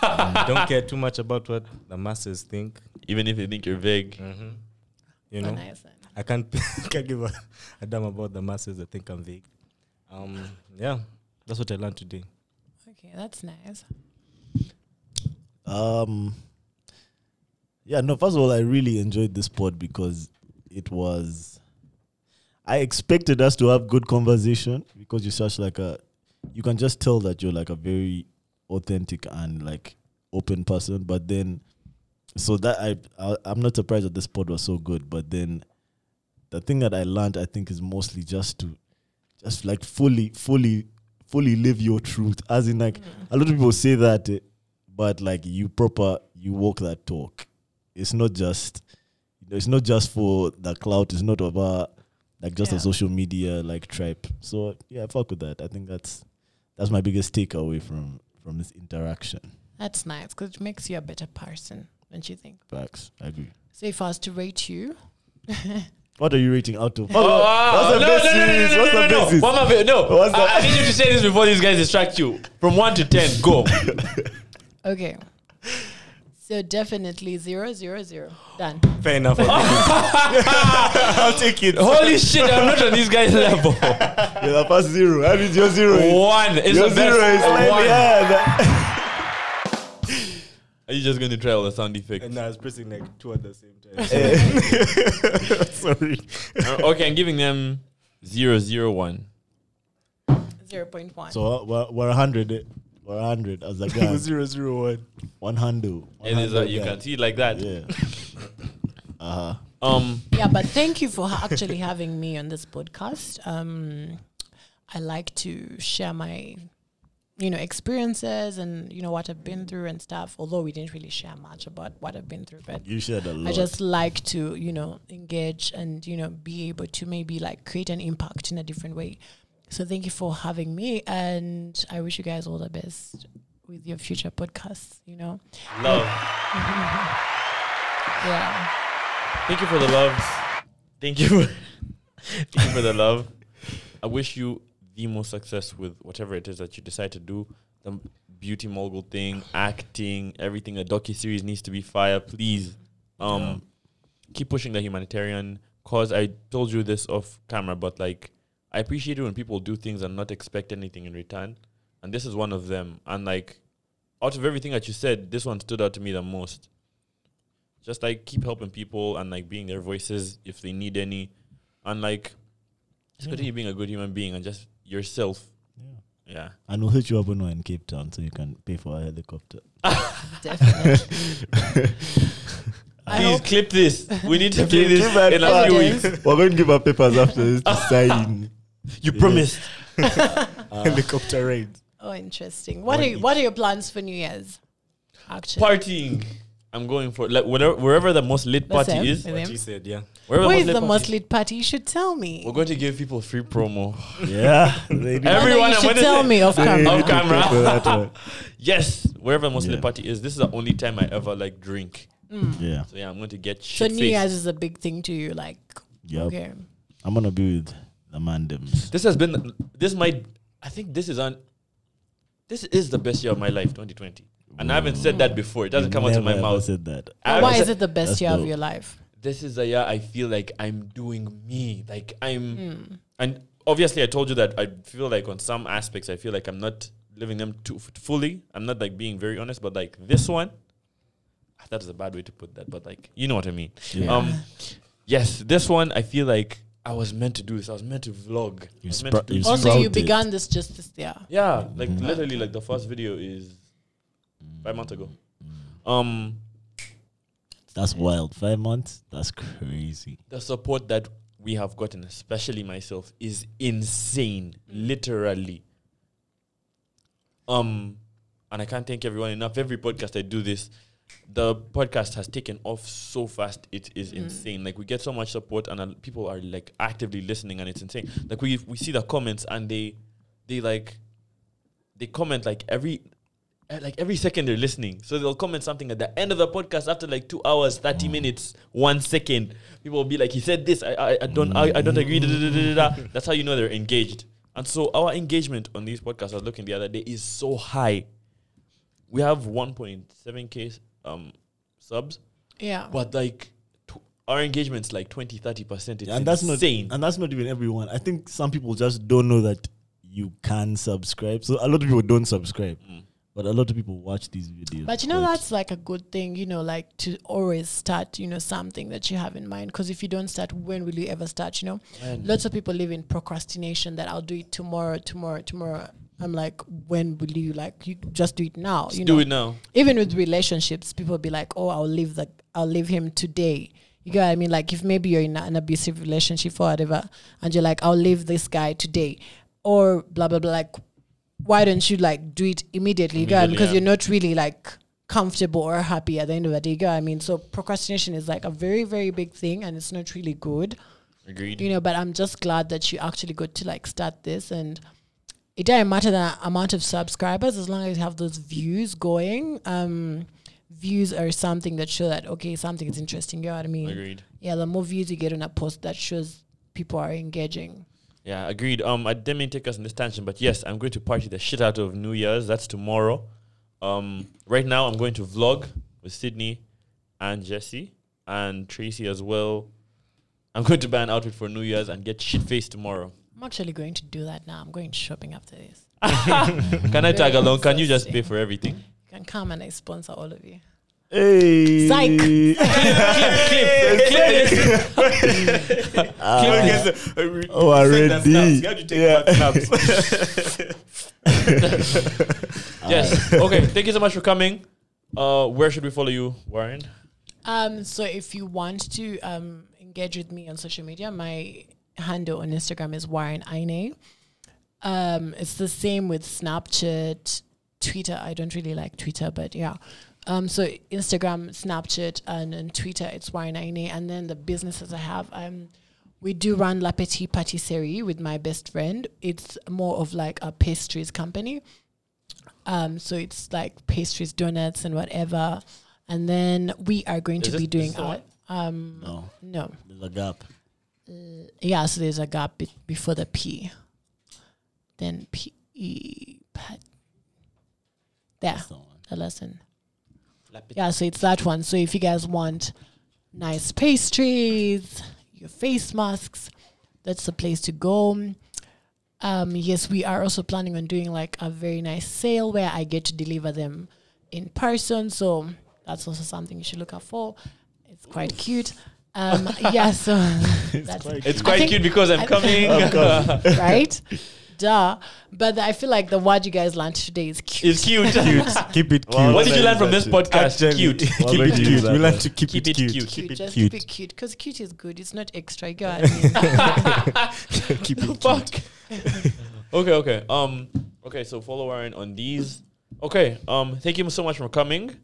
Don't care too much about what the masses think.
Even if you think you're vague,
Mm-hmm.
<laughs>
You
Oh,
know,
nice one.
I can't <laughs> can't give a, a damn about the masses that think I'm vague. Um, yeah, that's what I learned today.
Okay, that's nice.
Um, yeah, no, first of all, I really enjoyed this pod because it was. I expected us to have good conversation because you're such like a. You can just tell that you're like a very authentic and like open person, but then. So that I, I I'm not surprised that this pod was so good, but then the thing that I learned I think is mostly just to just like fully fully fully live your truth as in like a lot of people say that eh, but like you proper you walk that talk it's not just you know, it's not just for the clout it's not about like just a
Yeah.
social media like tribe so yeah I fuck with that I think that's that's my biggest takeaway from from this interaction
That's nice because it makes you a better person, don't you think?
facts I agree
So if I was to rate you,
what are you rating out of
Oh,
what's the
no, no, no, no,
basis?
no,
What's
no,
the
no, no.
basis?
One more bit. No,
What's the-
I, I need you to say this before these guys distract you. From one to ten, go. <laughs>
okay. So definitely zero, zero, zero. Done.
Fair enough.
<laughs>
I'll take it.
Holy shit! I'm not on these guys' level. One.
you're the first zero I mean your zero is-
It's
your
Oh, the
zero is
best.
slightly
One.
higher than-
Are you just going to try all the sound effects?
And I was pressing like two at the same time. <laughs>
Sorry.
<laughs> Uh, okay, I'm giving them zero zero one.
0.1.
So uh, we're, we're 100. eh? We're 100 as a
<laughs>
guy.
zero zero one.
100.
It is uh, you can see it like that.
Yeah. Uh huh.
Um,
yeah, but thank you for ha- actually having me on this podcast. Um, I like to share my, you know, experiences and you know what I've been through and stuff. Although we didn't really share much about what I've been through, but
You shared a lot.
I just like to, you know, engage and, you know, be able to maybe like create an impact in a different way. So thank you for having me and I wish you guys all the best with your future podcasts, you know.
love.
Yeah.
Thank you for the love. Thank you. For <laughs> thank you for the love. I wish you the most success with whatever it is that you decide to do. The beauty mogul thing, acting, everything. A docu series needs to be fire. Please, um, keep pushing the humanitarian cause. I told you this off camera, but like, I appreciate it when people do things and not expect anything in return. And this is one of them. And like, out of everything that you said, this one stood out to me the most. Just like keep helping people and like being their voices if they need any, and like just continue being a good human being and just yourself. Yeah.
And we'll hit you up when we're in Cape Town so you can pay for a helicopter. <laughs>
Definitely. I
Please
hope-
clip this. We
<laughs>
need to play this in a few weeks.
We're going to give our papers after this to sign.
You promised.
Helicopter raid.
Oh, interesting. What are you, what are your plans for New Year's? Actually,
Partying. I'm going for like wherever, wherever the most lit
That's
party
him.
is.
With
What
him.
he said, yeah.
Wherever
Who is the
party
most lit party? You should tell me.
We're going to give people free
<laughs>
promo.
Yeah. they do.
No, no,
Everyone,
you
I'm
should
gonna
tell
say-
me off
They
camera.
need to
camera.
pay for that
<laughs>
one.
Yes, wherever the most lit
Yeah.
party is. This is the only time I ever like drink.
Yeah.
So yeah, I'm going to get
So
shit
New Year's is a big thing to you, like
Yep.
okay.
I'm gonna be with the mandems.
This has been. This might. I think this is on. This is the best year of my life, 2020, and I haven't said that before. It doesn't come out
Never
of my
ever
mouth.
Said that.
I haven't
Why is
said-
it the best
That's
year of
dope.
your life?
this is the year I feel like I'm doing me. Like I'm,
Hmm.
and obviously I told you that I feel like on some aspects I feel like I'm not living them too f- fully. I'm not like being very honest, but like this one, ah, that is a bad way to put that, but like you know what I mean.
Yeah.
Um, yes, this one I feel like I was meant to do this. I was meant to vlog. I
You
was meant to
spru-
do
you
this.
spru-
Also, you
sprouted.
began this just this year.
Yeah, like
Mhm.
literally, like the first video is five months ago. Um,
That's wild. Five months. That's crazy.
the support that we have gotten, especially myself, is insane, literally. Um, and I can't thank everyone enough. Every podcast I do this, the podcast has taken off so fast. It is insane. Like we get so much support, and uh, people are like actively listening, and it's insane. Like we we see the comments, and they they like they comment like every. eh, Like every second they're listening, so they'll comment something at the end of the podcast after like two hours, thirty minutes, one second. People will be like, "He said this. I I, I don't I, I don't agree." da, da, da, da, da, da." That's how you know they're engaged. And so our engagement on these podcasts, I was looking the other day, is so high we have 1.7k um subs
Yeah.
but like tw- our engagement's like 20 30% it's
and that's
insane
not. And that's not even everyone. I think some people just don't know that you can subscribe. So a lot of people don't subscribe, but a lot of people watch these videos.
But you know,
Like,
that's like a good thing, you know, like to always start, you know, something that you have in mind. Because if you don't start, when will you ever start? You know, lots of people live in procrastination that I'll do it tomorrow, tomorrow, tomorrow. I'm like, when will you like you just do it now?
Let's
you
do
know,
it now
even with relationships, people be like, "Oh, I'll leave the, I'll leave him today." You get what I mean? Like if maybe you're in an abusive relationship or whatever, and you're like, "I'll leave this guy today," or blah blah blah. Like, why don't you like do it immediately? You get what I mean? Because
Immediately, yeah.
you're not really like comfortable or happy at the end of the day. You get what I mean? So procrastination is like a very very big thing, and it's not really good
agreed
you know but i'm just glad that you actually got to like start this and it doesn't matter the amount of subscribers as long as you have those views going um views are something that show that okay something is interesting you know what i mean
agreed
yeah the more views you get on a post that shows people are engaging
yeah agreed um i didn't mean to take us in this tangent but yes i'm going to party the shit out of new year's that's tomorrow um right now i'm going to vlog with sydney and jesse and tracy as well i'm going to buy an outfit for new year's and get shit faced <laughs> tomorrow
i'm actually going to do that now i'm going shopping after this
can i tag along can you just pay for everything
you can come and i sponsor all of you
Hey.
<laughs>
Psych.
clip, clip this.
Ah. <laughs>
<laughs>
Oh, already. Yeah.
<laughs> Yes. okay. Thank you so much for coming. Uh, where should we follow you, Warren?
Um, so if you want to um, engage with me on social media, my handle on Instagram is Warren Ine. Um, it's the same with Snapchat, Twitter. I don't really like Twitter, but yeah. Um, so Instagram, Snapchat, and, and Twitter, it's Warren Ine. And then the businesses I have, um, we do run La Petite Patisserie with my best friend. It's more of like a pastries company. Um, so it's like pastries, donuts, and whatever. And then we are going
Is
to
it-
be
is
doing
this the
our,
one?
um,
No,
no,
Oh, there's a gap.
yeah. So there's a gap be- before the P, then P E pat. There,
That's the one.
the lesson. Yeah, so it's that one. So if you guys want nice pastries, your face masks, that's the place to go. Um, yes, we are also planning on doing like a very nice sale where I get to deliver them in person. So that's also something you should look out for. It's quite cute.
<laughs>
Um, yeah, so <laughs> that's it
It's
I
quite
think-
cute because I'm
I-
coming.
right? Duh. But I feel like the word you guys learned today is cute.
<laughs> it's cute. <laughs>
Keep it cute.
Wow,
What did you learn from this
Actually,
podcast?
<laughs>
Cute.
Well,
Keep it
maybe
cute.
that
We like
one.
to keep,
Keep
it,
it
cute.
cute.
Cute, just keep it cute because cute is good. It's not extra. You get what <laughs> I mean?
keep it cute.
Fuck. okay. Okay. Um. Okay. So follow Warren on these. Okay. Um. Thank you so much for coming.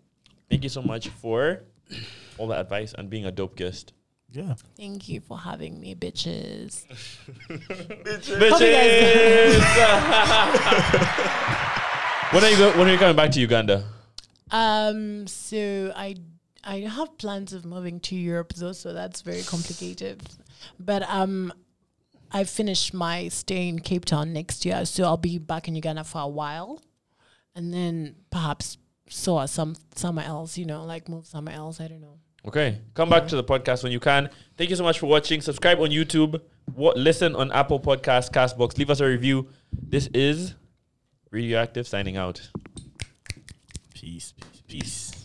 Thank you so much for all the advice and being a dope guest.
Yeah.
Thank you for having me, <laughs> bitches.
Bitches! <laughs> when are you go- when are you coming back to Uganda?
Um, so I I have plans of moving to Europe though, so that's very complicated. But um, I finished my stay in Cape Town next year, so I'll be back in Uganda for a while, and then perhaps soar some somewhere else. You know, like move somewhere else. I don't know.
Okay, come back to the podcast when you can. Thank you so much for watching. Subscribe on YouTube. What listen on Apple Podcasts, Castbox. Leave us a review. This is Radioactive signing out.
Peace. Peace. peace.